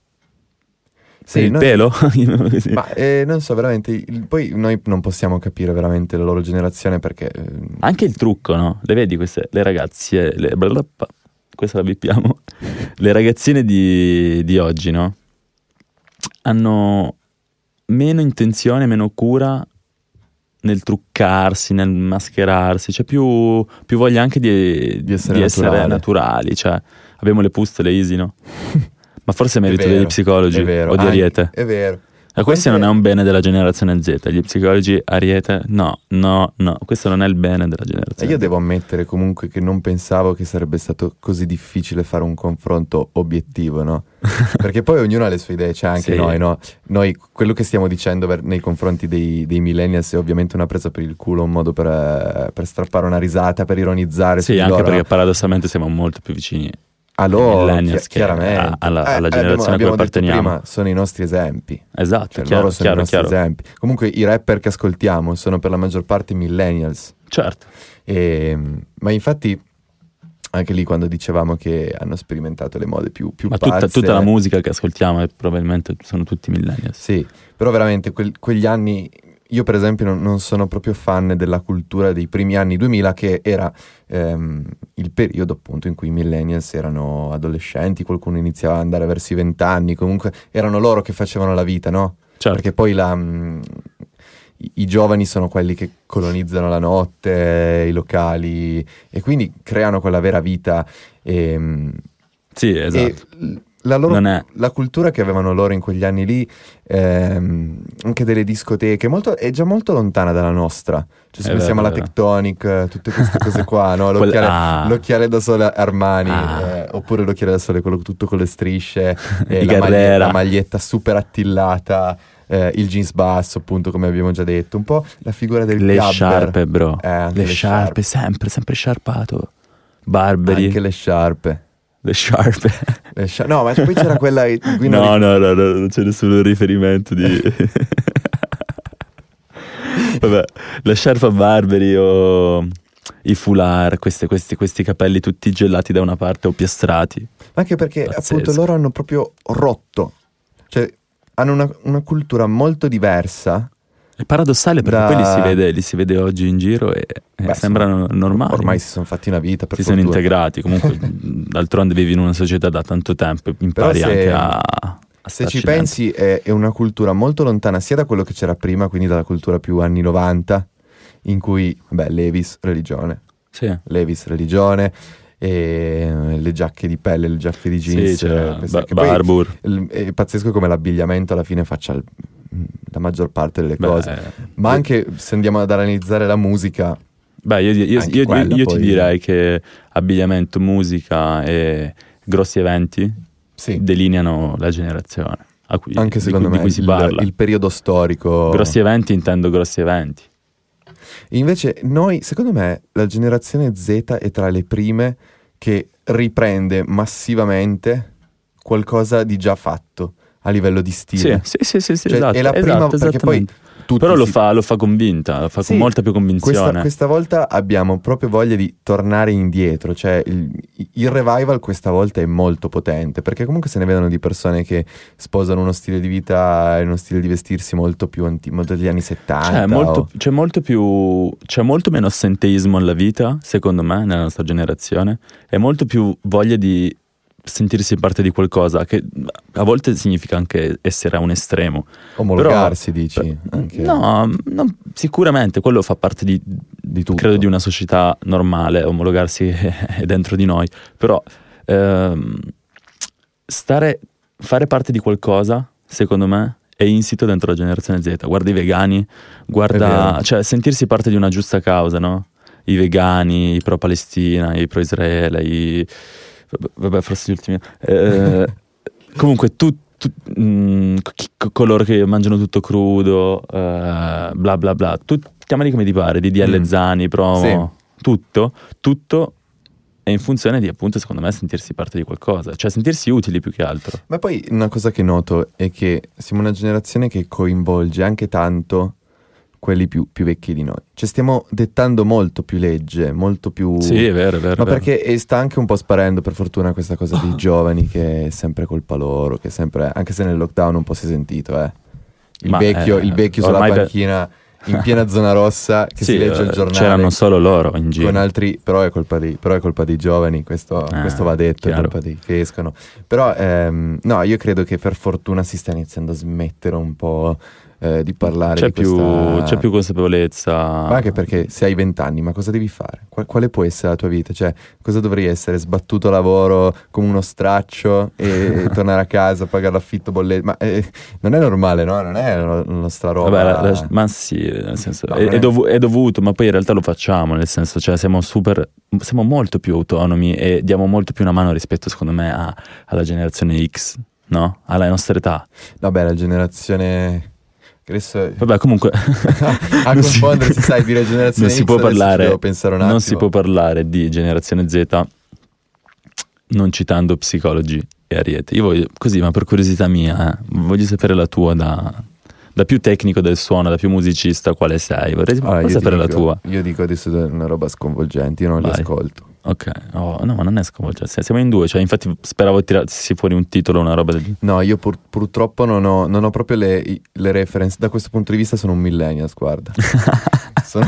Speaker 1: Sì,
Speaker 2: il
Speaker 1: noi-
Speaker 2: pelo. Così.
Speaker 1: Ma eh, non so veramente, il- poi noi non possiamo capire veramente la loro generazione perché ehm,
Speaker 2: Anche il trucco, no? Le vedi queste, le ragazze, le- bla bla bla, questa la bippiamo, le ragazzine di, di oggi, no? Hanno meno intenzione, meno cura nel truccarsi, nel mascherarsi, c'è più, più voglia anche di,
Speaker 1: Di essere naturale.
Speaker 2: naturali, cioè abbiamo le pustole easy, no? Ma forse è merito
Speaker 1: vero,
Speaker 2: degli psicologi
Speaker 1: è vero,
Speaker 2: o di
Speaker 1: anche-
Speaker 2: Ariete.
Speaker 1: È vero.
Speaker 2: E questo non è un bene della generazione Z. Gli psicologi Ariete, no, no, no. Questo non è il bene della
Speaker 1: E
Speaker 2: generazione.
Speaker 1: Eh, io devo ammettere comunque che non pensavo che sarebbe stato così difficile fare un confronto obiettivo, no? Perché poi ognuno ha le sue idee, c'è anche
Speaker 2: Sì.
Speaker 1: noi, no? Noi quello che stiamo dicendo ver- nei confronti dei, dei millennials è ovviamente una presa per il culo, un modo per, eh, per strappare una risata, per ironizzare
Speaker 2: Sì,
Speaker 1: su di
Speaker 2: anche
Speaker 1: loro,
Speaker 2: perché
Speaker 1: no?
Speaker 2: paradossalmente siamo molto più vicini.
Speaker 1: a loro,
Speaker 2: millennials
Speaker 1: chi-
Speaker 2: che-
Speaker 1: chiaramente. Eh,
Speaker 2: a- alla- alla generazione
Speaker 1: abbiamo- abbiamo
Speaker 2: a cui
Speaker 1: detto
Speaker 2: apparteniamo.
Speaker 1: prima, sono i nostri esempi.
Speaker 2: Esatto,
Speaker 1: Cioè,
Speaker 2: chiaro,
Speaker 1: loro sono i
Speaker 2: chiaro,
Speaker 1: nostri
Speaker 2: chiaro.
Speaker 1: esempi. Comunque i rapper che ascoltiamo sono per la maggior parte millennials.
Speaker 2: Certo.
Speaker 1: E, Ehm, ma infatti, anche lì quando dicevamo che hanno sperimentato le mode più, più
Speaker 2: Ma tutta,
Speaker 1: pazze-
Speaker 2: tutta la musica che ascoltiamo è probabilmente sono tutti millennials.
Speaker 1: Sì, però veramente quel- quegli anni. Io, per esempio, non, non sono proprio fan della cultura dei primi anni 2000, che era ehm, il periodo appunto in cui i millennials erano adolescenti, qualcuno iniziava ad andare verso i vent'anni, comunque erano loro che facevano la vita, no?
Speaker 2: Certo.
Speaker 1: Perché poi la, mm, i, i giovani sono quelli che colonizzano la notte, i locali, e quindi creano quella vera vita. ehm,
Speaker 2: Sì, esatto.
Speaker 1: e l- la, loro-
Speaker 2: Non è-
Speaker 1: la cultura che avevano loro in quegli anni lì, ehm, anche delle discoteche, molto- è già molto lontana dalla nostra. Cioè, se
Speaker 2: È
Speaker 1: pensiamo
Speaker 2: vero,
Speaker 1: alla
Speaker 2: è vero.
Speaker 1: Tectonic, eh, tutte queste cose qua, no?
Speaker 2: Quella-
Speaker 1: l'occhiale,
Speaker 2: ah.
Speaker 1: l'occhiale da sole Armani,
Speaker 2: Ah.
Speaker 1: eh, oppure l'occhiale da sole quello tutto con le strisce, eh,
Speaker 2: Di
Speaker 1: la, maglietta,
Speaker 2: Carrera.
Speaker 1: la maglietta super attillata, eh, il jeans basso, appunto, come abbiamo già detto, un po' la figura del
Speaker 2: le
Speaker 1: gabber.
Speaker 2: sciarpe, bro.
Speaker 1: Eh, anche
Speaker 2: le,
Speaker 1: le
Speaker 2: sciarpe, sempre, sempre sciarpato. Barberi,
Speaker 1: Anche Eh, le sciarpe.
Speaker 2: le sciarpe.
Speaker 1: Le scia- no, ma poi c'era quella di cui non
Speaker 2: No, no, no, no, non c'è nessun riferimento di... Vabbè, la sciarpa Barberi o i foulard, queste- questi, questi capelli tutti gelati da una parte o piastrati.
Speaker 1: Ma Anche perché
Speaker 2: Pazzesco.
Speaker 1: appunto loro hanno proprio rotto, cioè hanno una, una cultura molto diversa.
Speaker 2: È paradossale perché
Speaker 1: Da-
Speaker 2: poi li si, vede, li si vede oggi in giro e, e
Speaker 1: Beh,
Speaker 2: Eh, sembrano normali.
Speaker 1: Ormai si sono fatti una vita per
Speaker 2: si sono
Speaker 1: fortuna.
Speaker 2: integrati, comunque d'altronde vivi in una società da tanto tempo, impari
Speaker 1: se-
Speaker 2: anche a... a
Speaker 1: Se ci
Speaker 2: starci dentro.
Speaker 1: pensi è, è una cultura molto lontana sia da quello che c'era prima, quindi dalla cultura più anni 90, in cui, beh, Levis, religione,
Speaker 2: Sì.
Speaker 1: Levis, religione, e le giacche di pelle, le giacche di jeans. eh,
Speaker 2: Sì, c'era
Speaker 1: queste-
Speaker 2: Ba-
Speaker 1: cioè, che poi
Speaker 2: Barbour.
Speaker 1: il- è pazzesco come l'abbigliamento alla fine faccia il- la maggior parte delle
Speaker 2: Beh,
Speaker 1: cose.
Speaker 2: eh,
Speaker 1: Ma anche se andiamo ad analizzare la musica,
Speaker 2: Beh, io, io-
Speaker 1: Anche
Speaker 2: io- io-
Speaker 1: quella
Speaker 2: io
Speaker 1: poi-
Speaker 2: ti direi che abbigliamento, musica e grossi eventi
Speaker 1: sì,
Speaker 2: delineano la generazione a cui,
Speaker 1: anche
Speaker 2: di
Speaker 1: secondo
Speaker 2: cui-
Speaker 1: me
Speaker 2: di cui si
Speaker 1: il-
Speaker 2: parla.
Speaker 1: il periodo storico.
Speaker 2: Grossi er- eventi intendo grossi eventi.
Speaker 1: Invece noi, secondo me, la generazione Z è tra le prime che riprende massivamente qualcosa di già fatto a livello di
Speaker 2: Sì,
Speaker 1: stile.
Speaker 2: sì, sì, sì, sì,
Speaker 1: Cioè,
Speaker 2: esatto,
Speaker 1: è la prima
Speaker 2: esatto,
Speaker 1: perché poi
Speaker 2: esattamente.
Speaker 1: tutti
Speaker 2: Però lo
Speaker 1: si-
Speaker 2: fa, lo fa convinta, lo fa
Speaker 1: Sì,
Speaker 2: con molta più convinzione.
Speaker 1: Questa, questa volta abbiamo proprio voglia di tornare indietro, cioè il, il revival questa volta è molto potente, perché comunque se ne vedono di persone che sposano uno stile di vita e uno stile di vestirsi molto più antico, degli anni 70.
Speaker 2: Cioè, molto-
Speaker 1: o-
Speaker 2: c'è, molto più, c'è molto meno assenteismo alla vita, secondo me, nella nostra generazione, e molto più voglia di sentirsi parte di qualcosa, che a volte significa anche essere a un estremo.
Speaker 1: omologarsi, dici?
Speaker 2: Beh,
Speaker 1: anche.
Speaker 2: No, non- sicuramente quello fa parte di,
Speaker 1: Di tutto.
Speaker 2: credo di una società normale, omologarsi è dentro di noi, però ehm, stare, fare parte di qualcosa, secondo me, è insito dentro la generazione Z. Guarda i vegani,
Speaker 1: È
Speaker 2: guarda,
Speaker 1: vero.
Speaker 2: cioè sentirsi parte di una giusta causa, no? I vegani, i pro-Palestina, i pro-Israele, i... vabbè, Vabbè, forse gli ultimi... eh, comunque tu, tu- mh, chi- co- coloro che mangiano tutto crudo, eh, bla bla bla, tu, chiamali come ti pare, DDL
Speaker 1: Mm.
Speaker 2: Zani, promo, tutto, tutto è in funzione di appunto secondo me sentirsi parte di qualcosa, cioè sentirsi utili più che altro.
Speaker 1: Ma poi una cosa che noto è che siamo una generazione che coinvolge anche tanto quelli più, più vecchi di noi. Cioè stiamo dettando molto più legge, molto più...
Speaker 2: Sì, è vero, è vero.
Speaker 1: Ma
Speaker 2: è vero.
Speaker 1: perché e sta anche un po' sparendo per fortuna questa cosa
Speaker 2: Ah.
Speaker 1: dei giovani che è sempre colpa loro, che è sempre, anche se nel lockdown un po' si è sentito, eh. Il
Speaker 2: Ma,
Speaker 1: vecchio,
Speaker 2: eh,
Speaker 1: il vecchio sulla
Speaker 2: ormai per-
Speaker 1: panchina in piena zona rossa che
Speaker 2: Sì,
Speaker 1: si legge il
Speaker 2: eh,
Speaker 1: giornale.
Speaker 2: C'erano solo loro in giro.
Speaker 1: con altri, però è colpa dei, però è colpa dei giovani, questo,
Speaker 2: Ah,
Speaker 1: questo va detto, è
Speaker 2: chiaro.
Speaker 1: colpa dei che escono. Però ehm, no, io credo che per fortuna si stia iniziando a smettere un po' eh, di parlare
Speaker 2: c'è,
Speaker 1: di
Speaker 2: più,
Speaker 1: questa...
Speaker 2: c'è più consapevolezza.
Speaker 1: Ma anche perché se hai vent'anni, ma cosa devi fare? Qua- quale può essere la tua vita? Cioè, cosa dovrei essere? Sbattuto a lavoro come uno straccio e tornare a casa, pagare l'affitto, bollette? Ma eh, non è normale, no? Non è lo- lo straroba.
Speaker 2: Vabbè, la- la- ma sì, nel senso,
Speaker 1: No,
Speaker 2: è,
Speaker 1: non è-
Speaker 2: è dovu- è dovuto, ma poi in realtà lo facciamo, nel senso, cioè siamo super, siamo molto più autonomi e diamo molto più una mano rispetto, secondo me, a- alla generazione X, no? Alla nostra età.
Speaker 1: Vabbè, la generazione... Adesso
Speaker 2: Vabbè, comunque...
Speaker 1: a
Speaker 2: non si-
Speaker 1: confondersi, sai, dire generazione
Speaker 2: non si
Speaker 1: X,
Speaker 2: può
Speaker 1: adesso ci
Speaker 2: parlare,
Speaker 1: devo pensare un
Speaker 2: Non
Speaker 1: attimo.
Speaker 2: si può parlare di generazione Z non citando psicologi e ariete. Io voglio, così, ma per curiosità mia, eh, voglio sapere la tua da... da più tecnico del suono, da più musicista, quale sei? Vorrei
Speaker 1: Allora,
Speaker 2: vorrei
Speaker 1: Ah, io
Speaker 2: sapere la
Speaker 1: dico-
Speaker 2: tua.
Speaker 1: Io dico adesso una roba sconvolgente, io non
Speaker 2: Vai.
Speaker 1: l'ascolto.
Speaker 2: Ok, oh, no, ma non è sconvolgente. Siamo in due, cioè, infatti, speravo tirassi fuori un titolo, una roba del.
Speaker 1: No, io pur- purtroppo non ho, non ho proprio le, i- le reference. Da questo punto di vista sono un millennials, guarda. sono,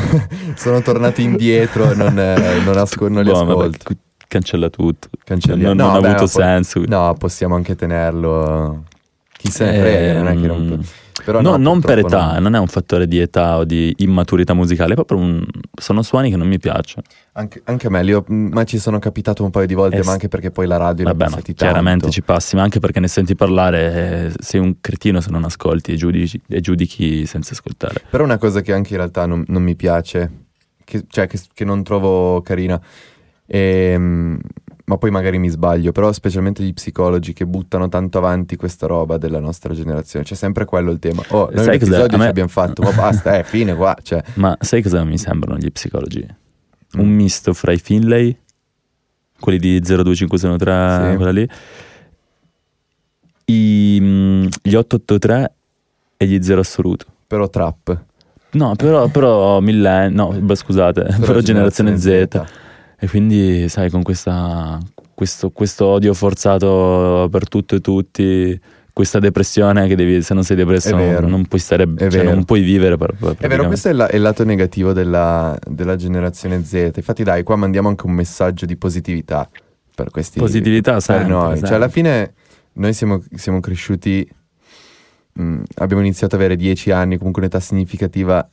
Speaker 1: sono tornati indietro, non, eh, non asco- non li
Speaker 2: Boh, vabbè,
Speaker 1: ascolto.
Speaker 2: cu- cancella tutto.
Speaker 1: Cancelliamo.
Speaker 2: Non, non
Speaker 1: No,
Speaker 2: ha
Speaker 1: beh,
Speaker 2: avuto
Speaker 1: ma poi-
Speaker 2: senso.
Speaker 1: No, possiamo anche tenerlo. Chi se ne
Speaker 2: Ehm,
Speaker 1: frega, non è che non... Però
Speaker 2: no, non per
Speaker 1: purtroppo
Speaker 2: età,
Speaker 1: no.
Speaker 2: non è un fattore di età o di immaturità musicale, è proprio un- sono suoni che non mi piacciono.
Speaker 1: Anche, anche a me, io- mh, ma ci sono capitato un paio di volte,
Speaker 2: Eh,
Speaker 1: ma anche perché poi la radio ne ha
Speaker 2: Vabbè, ma
Speaker 1: passati
Speaker 2: chiaramente
Speaker 1: tanto.
Speaker 2: ci passi, ma anche perché ne senti parlare, eh, sei un cretino se non ascolti e giudici, e giudichi senza ascoltare.
Speaker 1: Però una cosa che anche in realtà non, non mi piace, che, cioè che, che non trovo carina, ehm, ma poi magari mi sbaglio, però specialmente gli psicologi che buttano tanto avanti questa roba della nostra generazione, c'è sempre quello il tema. Oh, noi
Speaker 2: Sai
Speaker 1: un
Speaker 2: cos'è?
Speaker 1: episodio
Speaker 2: A me-
Speaker 1: ci abbiamo fatto, ma basta, è fine qua, cioè,
Speaker 2: Ma sai cosa mi sembrano gli psicologi? Un
Speaker 1: Mm.
Speaker 2: misto fra i Finlay, quelli di 02513,
Speaker 1: Sì.
Speaker 2: quella lì, i, mm, gli 883 e gli Zero Assoluto.
Speaker 1: però trap.
Speaker 2: No, però, però millen- no, beh, scusate, però generazione, Z. E quindi, sai, con questa- questo, questo odio forzato per tutto e tutti, questa depressione che devi, se non sei depresso
Speaker 1: È vero.
Speaker 2: non, non puoi stare,
Speaker 1: È
Speaker 2: cioè,
Speaker 1: vero.
Speaker 2: non puoi vivere. per- per-
Speaker 1: È vero, questo è, la- è il lato negativo della, della generazione Z. Infatti, dai, qua mandiamo anche un messaggio di positività per questi
Speaker 2: Positività
Speaker 1: per
Speaker 2: sempre,
Speaker 1: noi. Cioè,
Speaker 2: sempre.
Speaker 1: alla fine noi siamo, siamo cresciuti, mm, abbiamo iniziato ad avere 10 anni, comunque un'età significativa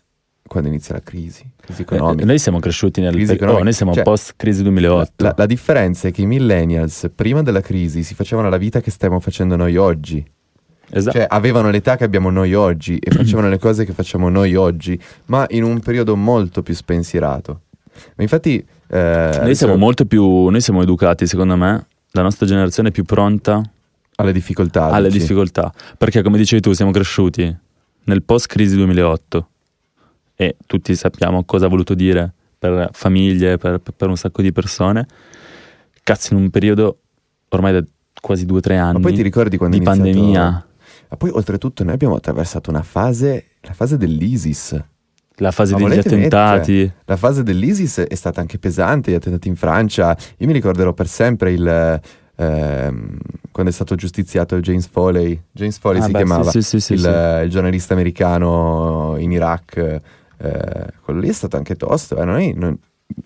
Speaker 1: quando inizia la crisi, crisi economica.
Speaker 2: Eh, noi siamo cresciuti nel
Speaker 1: Crisi
Speaker 2: periodo,
Speaker 1: economica.
Speaker 2: noi siamo
Speaker 1: Cioè,
Speaker 2: post crisi 2008.
Speaker 1: La, la differenza è che i millennials prima della crisi si facevano la vita che stiamo facendo noi oggi,
Speaker 2: esatto.
Speaker 1: cioè avevano l'età che abbiamo noi oggi e facevano le cose che facciamo noi oggi, ma in un periodo molto più spensierato. Ma infatti... eh,
Speaker 2: noi siamo
Speaker 1: adesso-
Speaker 2: molto più noi siamo educati, secondo me, la nostra generazione è più pronta
Speaker 1: alle difficoltà.
Speaker 2: alle
Speaker 1: dici?
Speaker 2: difficoltà, perché come dicevi tu, siamo cresciuti nel post crisi 2008 e tutti sappiamo cosa ha voluto dire per famiglie, per, per un sacco di persone. Cazzo, in un periodo ormai da quasi due o tre anni
Speaker 1: Ma poi ti ricordi quando
Speaker 2: di
Speaker 1: è iniziato-
Speaker 2: pandemia,
Speaker 1: Ma poi oltretutto noi abbiamo attraversato una fase, la fase dell'ISIS.
Speaker 2: la fase
Speaker 1: Ma
Speaker 2: degli
Speaker 1: volete mettere-
Speaker 2: attentati.
Speaker 1: La fase dell'ISIS è stata anche pesante, gli attentati in Francia. Io mi ricorderò per sempre il... ehm, quando è stato giustiziato James Foley. James Foley
Speaker 2: Ah,
Speaker 1: si
Speaker 2: beh,
Speaker 1: chiamava.
Speaker 2: sì, sì, sì,
Speaker 1: il,
Speaker 2: sì.
Speaker 1: il giornalista americano in Iraq. eh, quello lì è stato anche tosto. eh, Noi non,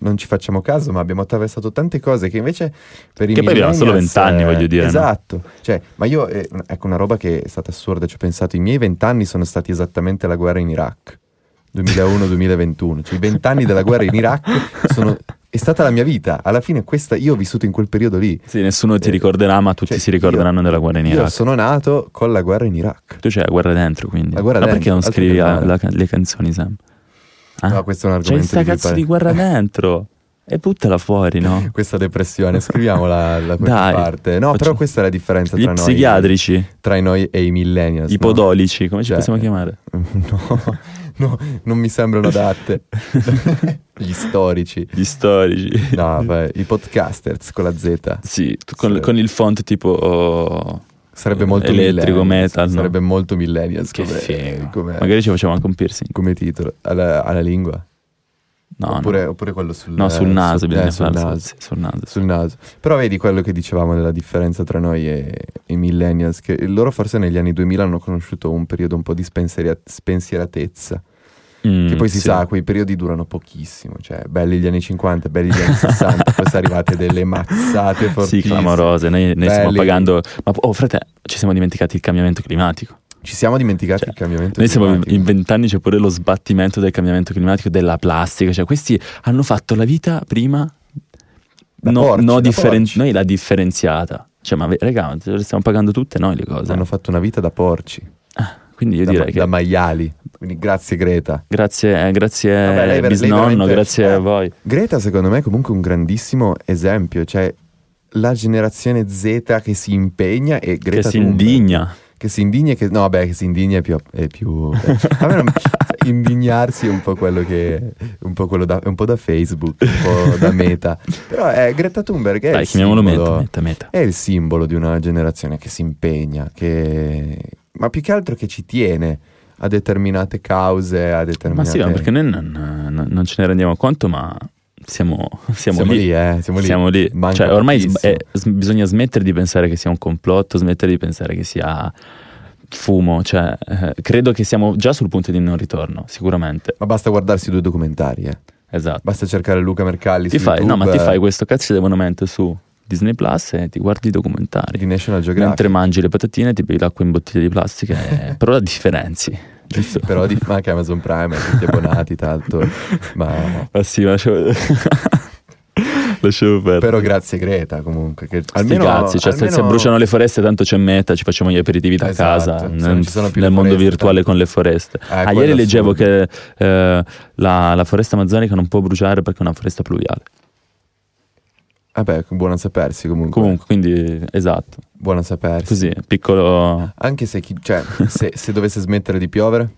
Speaker 1: non ci facciamo caso, ma abbiamo attraversato tante cose che invece per i
Speaker 2: Che poi abbiamo solo
Speaker 1: millennials,
Speaker 2: 20 anni,
Speaker 1: eh,
Speaker 2: voglio dire, no?
Speaker 1: Esatto. Cioè, ma io, eh, ecco una roba che è stata assurda, ci ho pensato, i miei vent'anni sono stati esattamente la guerra in Iraq. 2001-2021, cioè i vent'anni della guerra in Iraq sono- è stata la mia vita. Alla fine questa io ho vissuto in quel periodo lì.
Speaker 2: Sì, nessuno ti
Speaker 1: Eh,
Speaker 2: ricorderà, ma tutti
Speaker 1: cioè,
Speaker 2: si ricorderanno della guerra in
Speaker 1: Io
Speaker 2: Iraq.
Speaker 1: sono nato con la guerra in Iraq.
Speaker 2: Tu c'hai la guerra dentro, quindi.
Speaker 1: La guerra
Speaker 2: ma
Speaker 1: dentro,
Speaker 2: perché non
Speaker 1: altro
Speaker 2: scrivi
Speaker 1: che
Speaker 2: la-
Speaker 1: male.
Speaker 2: la can- le canzoni, Sam? Ah,
Speaker 1: No, questo è un
Speaker 2: c'è
Speaker 1: argomento
Speaker 2: questa
Speaker 1: di cui
Speaker 2: cazzo
Speaker 1: pare-
Speaker 2: di guerra dentro. E buttala fuori, no?
Speaker 1: questa depressione, scriviamola da questa
Speaker 2: Dai,
Speaker 1: parte. No, però
Speaker 2: facciamo-
Speaker 1: questa è la differenza
Speaker 2: Gli
Speaker 1: tra noi,
Speaker 2: psichiatrici,
Speaker 1: tra noi e i millennials.
Speaker 2: i
Speaker 1: no?
Speaker 2: podolici, come ci
Speaker 1: Cioè,
Speaker 2: possiamo chiamare?
Speaker 1: No, no, non mi sembrano adatte. Gli storici.
Speaker 2: Gli storici.
Speaker 1: No, beh, i podcasters con la Z.
Speaker 2: Sì, tu- con,
Speaker 1: Sì.
Speaker 2: con il font tipo... oh,
Speaker 1: Sarebbe molto
Speaker 2: Elettrico
Speaker 1: millennials,
Speaker 2: metal, no?
Speaker 1: Sarebbe molto millennials
Speaker 2: che figo.
Speaker 1: come, come-
Speaker 2: Magari ci facciamo anche un piercing.
Speaker 1: come titolo. Alla, alla lingua.
Speaker 2: No,
Speaker 1: oppure, oppure quello sul,
Speaker 2: no. No, sul
Speaker 1: eh,
Speaker 2: naso
Speaker 1: sul-
Speaker 2: bisogna
Speaker 1: eh, sul
Speaker 2: farlo,
Speaker 1: naso.
Speaker 2: sì, sul naso.
Speaker 1: sul naso. Però vedi quello che dicevamo della differenza tra noi e i millennials, che loro forse negli anni 2000 hanno conosciuto un periodo un po' di spenseria- spensieratezza,
Speaker 2: Mm,
Speaker 1: che poi si
Speaker 2: sì.
Speaker 1: sa, quei periodi durano pochissimo, cioè belli gli anni 50, belli gli anni 60, poi sono arrivate delle mazzate
Speaker 2: Sì,
Speaker 1: fortissime.
Speaker 2: clamorose. Noi, noi stiamo
Speaker 1: Belli.
Speaker 2: pagando. Ma oh, frate, ci siamo dimenticati il cambiamento climatico.
Speaker 1: Ci siamo dimenticati
Speaker 2: Cioè,
Speaker 1: il cambiamento
Speaker 2: Noi siamo
Speaker 1: climatico.
Speaker 2: in vent'anni, c'è pure lo sbattimento del cambiamento climatico, della plastica. Cioè, questi hanno fatto la vita prima.
Speaker 1: Da
Speaker 2: no,
Speaker 1: porci,
Speaker 2: no
Speaker 1: da
Speaker 2: differen-
Speaker 1: porci.
Speaker 2: noi la differenziata. Cioè, ma ve- raga, ma le stiamo pagando tutte noi le cose.
Speaker 1: Hanno fatto una vita da porci,
Speaker 2: Quindi io
Speaker 1: da,
Speaker 2: direi
Speaker 1: ma-
Speaker 2: che.
Speaker 1: da maiali. Quindi grazie Greta.
Speaker 2: Grazie, eh, grazie
Speaker 1: Vabbè, lei ver-
Speaker 2: bisnonno,
Speaker 1: lei veramente-
Speaker 2: grazie
Speaker 1: eh.
Speaker 2: a voi.
Speaker 1: Greta secondo me è comunque un grandissimo esempio, cioè la generazione Z che si impegna e Greta
Speaker 2: che si
Speaker 1: Thunberg.
Speaker 2: indigna.
Speaker 1: Che si indigna e che... No, beh, che si indigna è più... È più eh, a me non- indignarsi è un po' quello che... Un po', quello da, un po' da Facebook, un po' da meta. Però eh, Greta Thunberg è
Speaker 2: Dai,
Speaker 1: il
Speaker 2: chiamiamolo meta,
Speaker 1: simbolo-
Speaker 2: meta, meta.
Speaker 1: È il simbolo di una generazione che si impegna, che... Ma più che altro che ci tiene a determinate cause, a
Speaker 2: Ma
Speaker 1: determinate...
Speaker 2: sì, ma perché noi non, non- non ce ne rendiamo conto, ma siamo, siamo
Speaker 1: Siamo
Speaker 2: lì.
Speaker 1: lì, eh, siamo lì.
Speaker 2: Siamo lì.
Speaker 1: Manca
Speaker 2: Cioè, ormai
Speaker 1: pochissimo.
Speaker 2: sb- eh, s- bisogna smettere di pensare che sia un complotto, smettere di pensare che sia fumo. Cioè, eh, credo che siamo già sul punto di non ritorno, sicuramente.
Speaker 1: Ma basta guardarsi due documentari, eh.
Speaker 2: Esatto.
Speaker 1: Basta cercare Luca Mercalli
Speaker 2: Ti
Speaker 1: su
Speaker 2: fai, no,
Speaker 1: YouTube,
Speaker 2: ma ti
Speaker 1: eh,
Speaker 2: fai questo cazzo di abbonamento su Disney Plus e ti guardi i documentari.
Speaker 1: eh, di National Geographic.
Speaker 2: Mentre mangi le patatine ti bevi l'acqua in bottiglie di plastica, eh, però la differenzi. Giusto?
Speaker 1: Però di, ma anche Amazon Prime, a tutti abbonati, tanto. Ma...
Speaker 2: Ah sì, ma lasciavo... lasciavo perdere.
Speaker 1: Però grazie Greta comunque. Che
Speaker 2: Sti
Speaker 1: almeno,
Speaker 2: cazzi, cioè, se- se
Speaker 1: almeno-
Speaker 2: bruciano le foreste, tanto c'è meta, ci facciamo gli aperitivi da
Speaker 1: Esatto,
Speaker 2: casa,
Speaker 1: se
Speaker 2: nel,
Speaker 1: non ci sono più
Speaker 2: nel
Speaker 1: le
Speaker 2: mondo
Speaker 1: foreste,
Speaker 2: virtuale
Speaker 1: tanto.
Speaker 2: con le foreste.
Speaker 1: Eh,
Speaker 2: Ah,
Speaker 1: quello
Speaker 2: ieri
Speaker 1: è
Speaker 2: leggevo
Speaker 1: assurdo.
Speaker 2: che eh, la, la foresta amazzonica non può bruciare perché è una foresta pluviale.
Speaker 1: Vabbè, buono a sapersi comunque.
Speaker 2: Comunque, quindi, esatto,
Speaker 1: Buono a sapersi.
Speaker 2: così, piccolo...
Speaker 1: Anche se, chi- cioè, se, se dovesse smettere di piovere,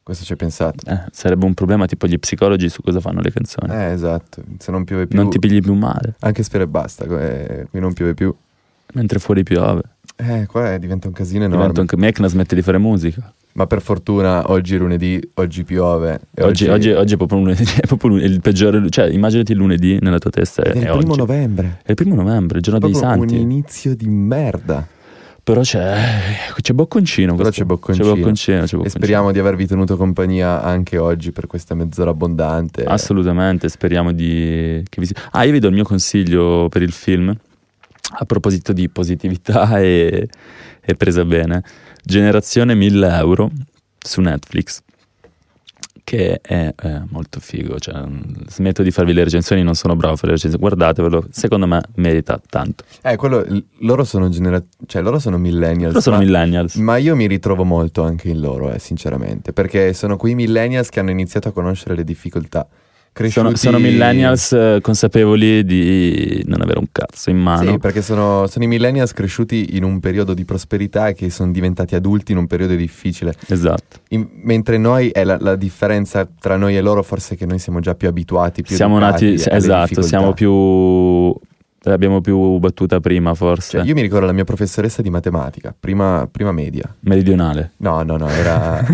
Speaker 1: questo ci hai pensato.
Speaker 2: eh, sarebbe un problema tipo gli psicologi su cosa fanno le canzoni.
Speaker 1: Eh, esatto. Se non piove più,
Speaker 2: Non ti pigli più male,
Speaker 1: anche sfere e basta. eh, qui non piove più,
Speaker 2: mentre fuori piove.
Speaker 1: eh, qua eh, diventa un casino enorme.
Speaker 2: Diventa anche Mecna smette di fare musica.
Speaker 1: Ma per fortuna oggi è lunedì, oggi piove. e
Speaker 2: Oggi, oggi- oggi è proprio, un- è proprio un- il peggiore. Cioè, immaginati il lunedì nella tua testa.
Speaker 1: Ed è il
Speaker 2: è
Speaker 1: primo
Speaker 2: oggi.
Speaker 1: novembre.
Speaker 2: È il primo novembre, il giorno dei
Speaker 1: Proprio un
Speaker 2: santi.
Speaker 1: inizio di merda.
Speaker 2: Però c'è, c'è Bocconcino.
Speaker 1: Però
Speaker 2: questo-
Speaker 1: c'è Bocconcino.
Speaker 2: C'è Bocconcino. c'è
Speaker 1: E
Speaker 2: Bocconcino.
Speaker 1: speriamo di avervi tenuto compagnia anche oggi per questa mezz'ora abbondante.
Speaker 2: Assolutamente, speriamo di. Che vi... si- Ah, io vi do il mio consiglio per il film. A proposito di positività e, e presa bene, Generazione 1000 euro su Netflix, che è eh, molto figo. Cioè, mm, smetto di farvi le recensioni, non sono bravo a fare le recensioni. Guardatevelo, secondo me merita tanto.
Speaker 1: Eh, quello, l- loro sono genera- cioè loro sono millennials.
Speaker 2: Però sono
Speaker 1: ma-
Speaker 2: millennials.
Speaker 1: Ma io mi ritrovo molto anche in loro, eh, sinceramente, perché sono quei millennials che hanno iniziato a conoscere le difficoltà.
Speaker 2: Sono,
Speaker 1: Cresciuti...
Speaker 2: sono millennials eh, consapevoli di non avere un cazzo in mano.
Speaker 1: Sì, perché sono, sono i millennials cresciuti in un periodo di prosperità e che sono diventati adulti in un periodo difficile.
Speaker 2: esatto.
Speaker 1: In- mentre noi, è la, la differenza tra noi e loro forse è che noi siamo già più abituati, più
Speaker 2: siamo
Speaker 1: educati
Speaker 2: nati,
Speaker 1: alle
Speaker 2: esatto,
Speaker 1: difficoltà.
Speaker 2: siamo più... L'abbiamo più battuta prima forse.
Speaker 1: Cioè, io mi ricordo la mia professoressa di matematica, prima, prima media.
Speaker 2: Meridionale.
Speaker 1: No, no, no, era...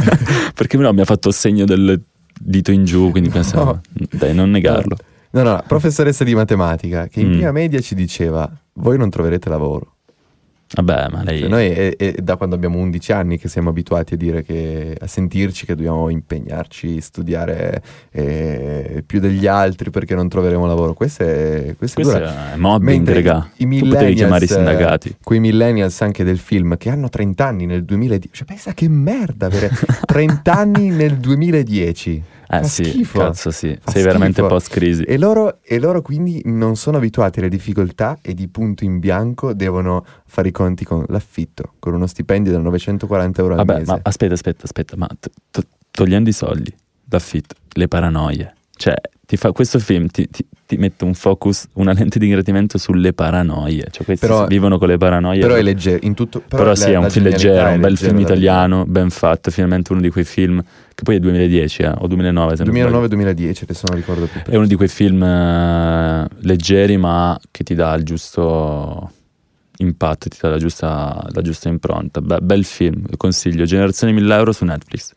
Speaker 2: Perché no, mi ha fatto il segno del dito in giù, quindi pensavo... Dai, non negarlo.
Speaker 1: No, no, la professoressa di matematica che in
Speaker 2: Mm.
Speaker 1: prima media ci diceva voi non troverete lavoro.
Speaker 2: Vabbè, ma lei...
Speaker 1: Cioè, noi è, è da quando abbiamo 11 anni che siamo abituati a dire che a sentirci che dobbiamo impegnarci, studiare eh, più degli altri perché non troveremo lavoro. Questo è, questo è
Speaker 2: Questo
Speaker 1: dura.
Speaker 2: è mobbing,
Speaker 1: Mentre
Speaker 2: regà.
Speaker 1: i
Speaker 2: Tu potevi chiamare i
Speaker 1: millennials, eh,
Speaker 2: sindacati.
Speaker 1: Quei millennials anche del film che hanno 30 anni nel 2010. Cioè, pensa che merda avere 30 anni nel 2010.
Speaker 2: Eh
Speaker 1: fa
Speaker 2: sì,
Speaker 1: schifo.
Speaker 2: cazzo sì.
Speaker 1: Fa
Speaker 2: Sei veramente
Speaker 1: schifo.
Speaker 2: post-crisi.
Speaker 1: E loro, e loro quindi non sono abituati alle difficoltà e di punto in bianco devono fare i conti con l'affitto, con uno stipendio da 940 euro al
Speaker 2: Vabbè,
Speaker 1: mese.
Speaker 2: ma aspetta, aspetta, aspetta, ma to- to- togliendo i soldi, l'affitto, le paranoie, cioè ti fa, questo film ti, ti- ti mette un focus, una lente di ingratimento sulle paranoie, cioè questi
Speaker 1: Però-
Speaker 2: vivono con le paranoie.
Speaker 1: Però è leggero, in tutto... Però,
Speaker 2: Però
Speaker 1: la-
Speaker 2: sì, è
Speaker 1: la
Speaker 2: un film
Speaker 1: genialità
Speaker 2: leggero,
Speaker 1: è
Speaker 2: un bel film
Speaker 1: leggera da-
Speaker 2: italiano, ben fatto, finalmente uno di quei film, che poi è 2010 eh, o 2009 se non sbaglio.
Speaker 1: 2009-2010, adesso non ricordo più.
Speaker 2: È uno di quei film eh, leggeri ma che ti dà il giusto impatto, ti dà la giusta, la giusta impronta. Be- bel film, consiglio. Generazione 1000 euro su Netflix.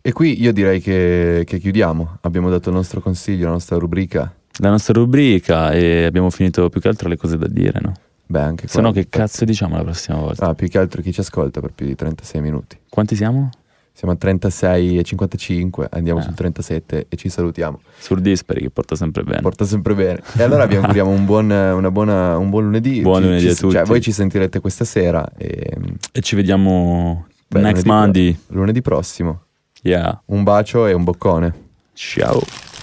Speaker 1: E qui io direi che, che chiudiamo. Abbiamo dato il nostro consiglio, la nostra rubrica.
Speaker 2: La nostra rubrica e abbiamo finito più che altro le cose da dire, no?
Speaker 1: Beh, anche
Speaker 2: Se no
Speaker 1: qua-
Speaker 2: che cazzo diciamo la prossima volta?
Speaker 1: Ah, più che altro chi ci ascolta per più di 36 minuti.
Speaker 2: Quanti siamo?
Speaker 1: Siamo a 36 e 55, andiamo
Speaker 2: Eh.
Speaker 1: sul 37 e ci salutiamo.
Speaker 2: Sur Disperi che porta sempre bene.
Speaker 1: Porta sempre bene. E allora vi auguriamo un buon, una buona- un buon lunedì.
Speaker 2: Buon
Speaker 1: Ci-
Speaker 2: lunedì
Speaker 1: ci-
Speaker 2: a tutti.
Speaker 1: Cioè, voi ci sentirete questa sera e mm,
Speaker 2: e ci vediamo
Speaker 1: Beh, lunedì
Speaker 2: next
Speaker 1: pro-
Speaker 2: Monday.
Speaker 1: lunedì prossimo.
Speaker 2: Yeah.
Speaker 1: Un bacio e un boccone.
Speaker 2: Ciao.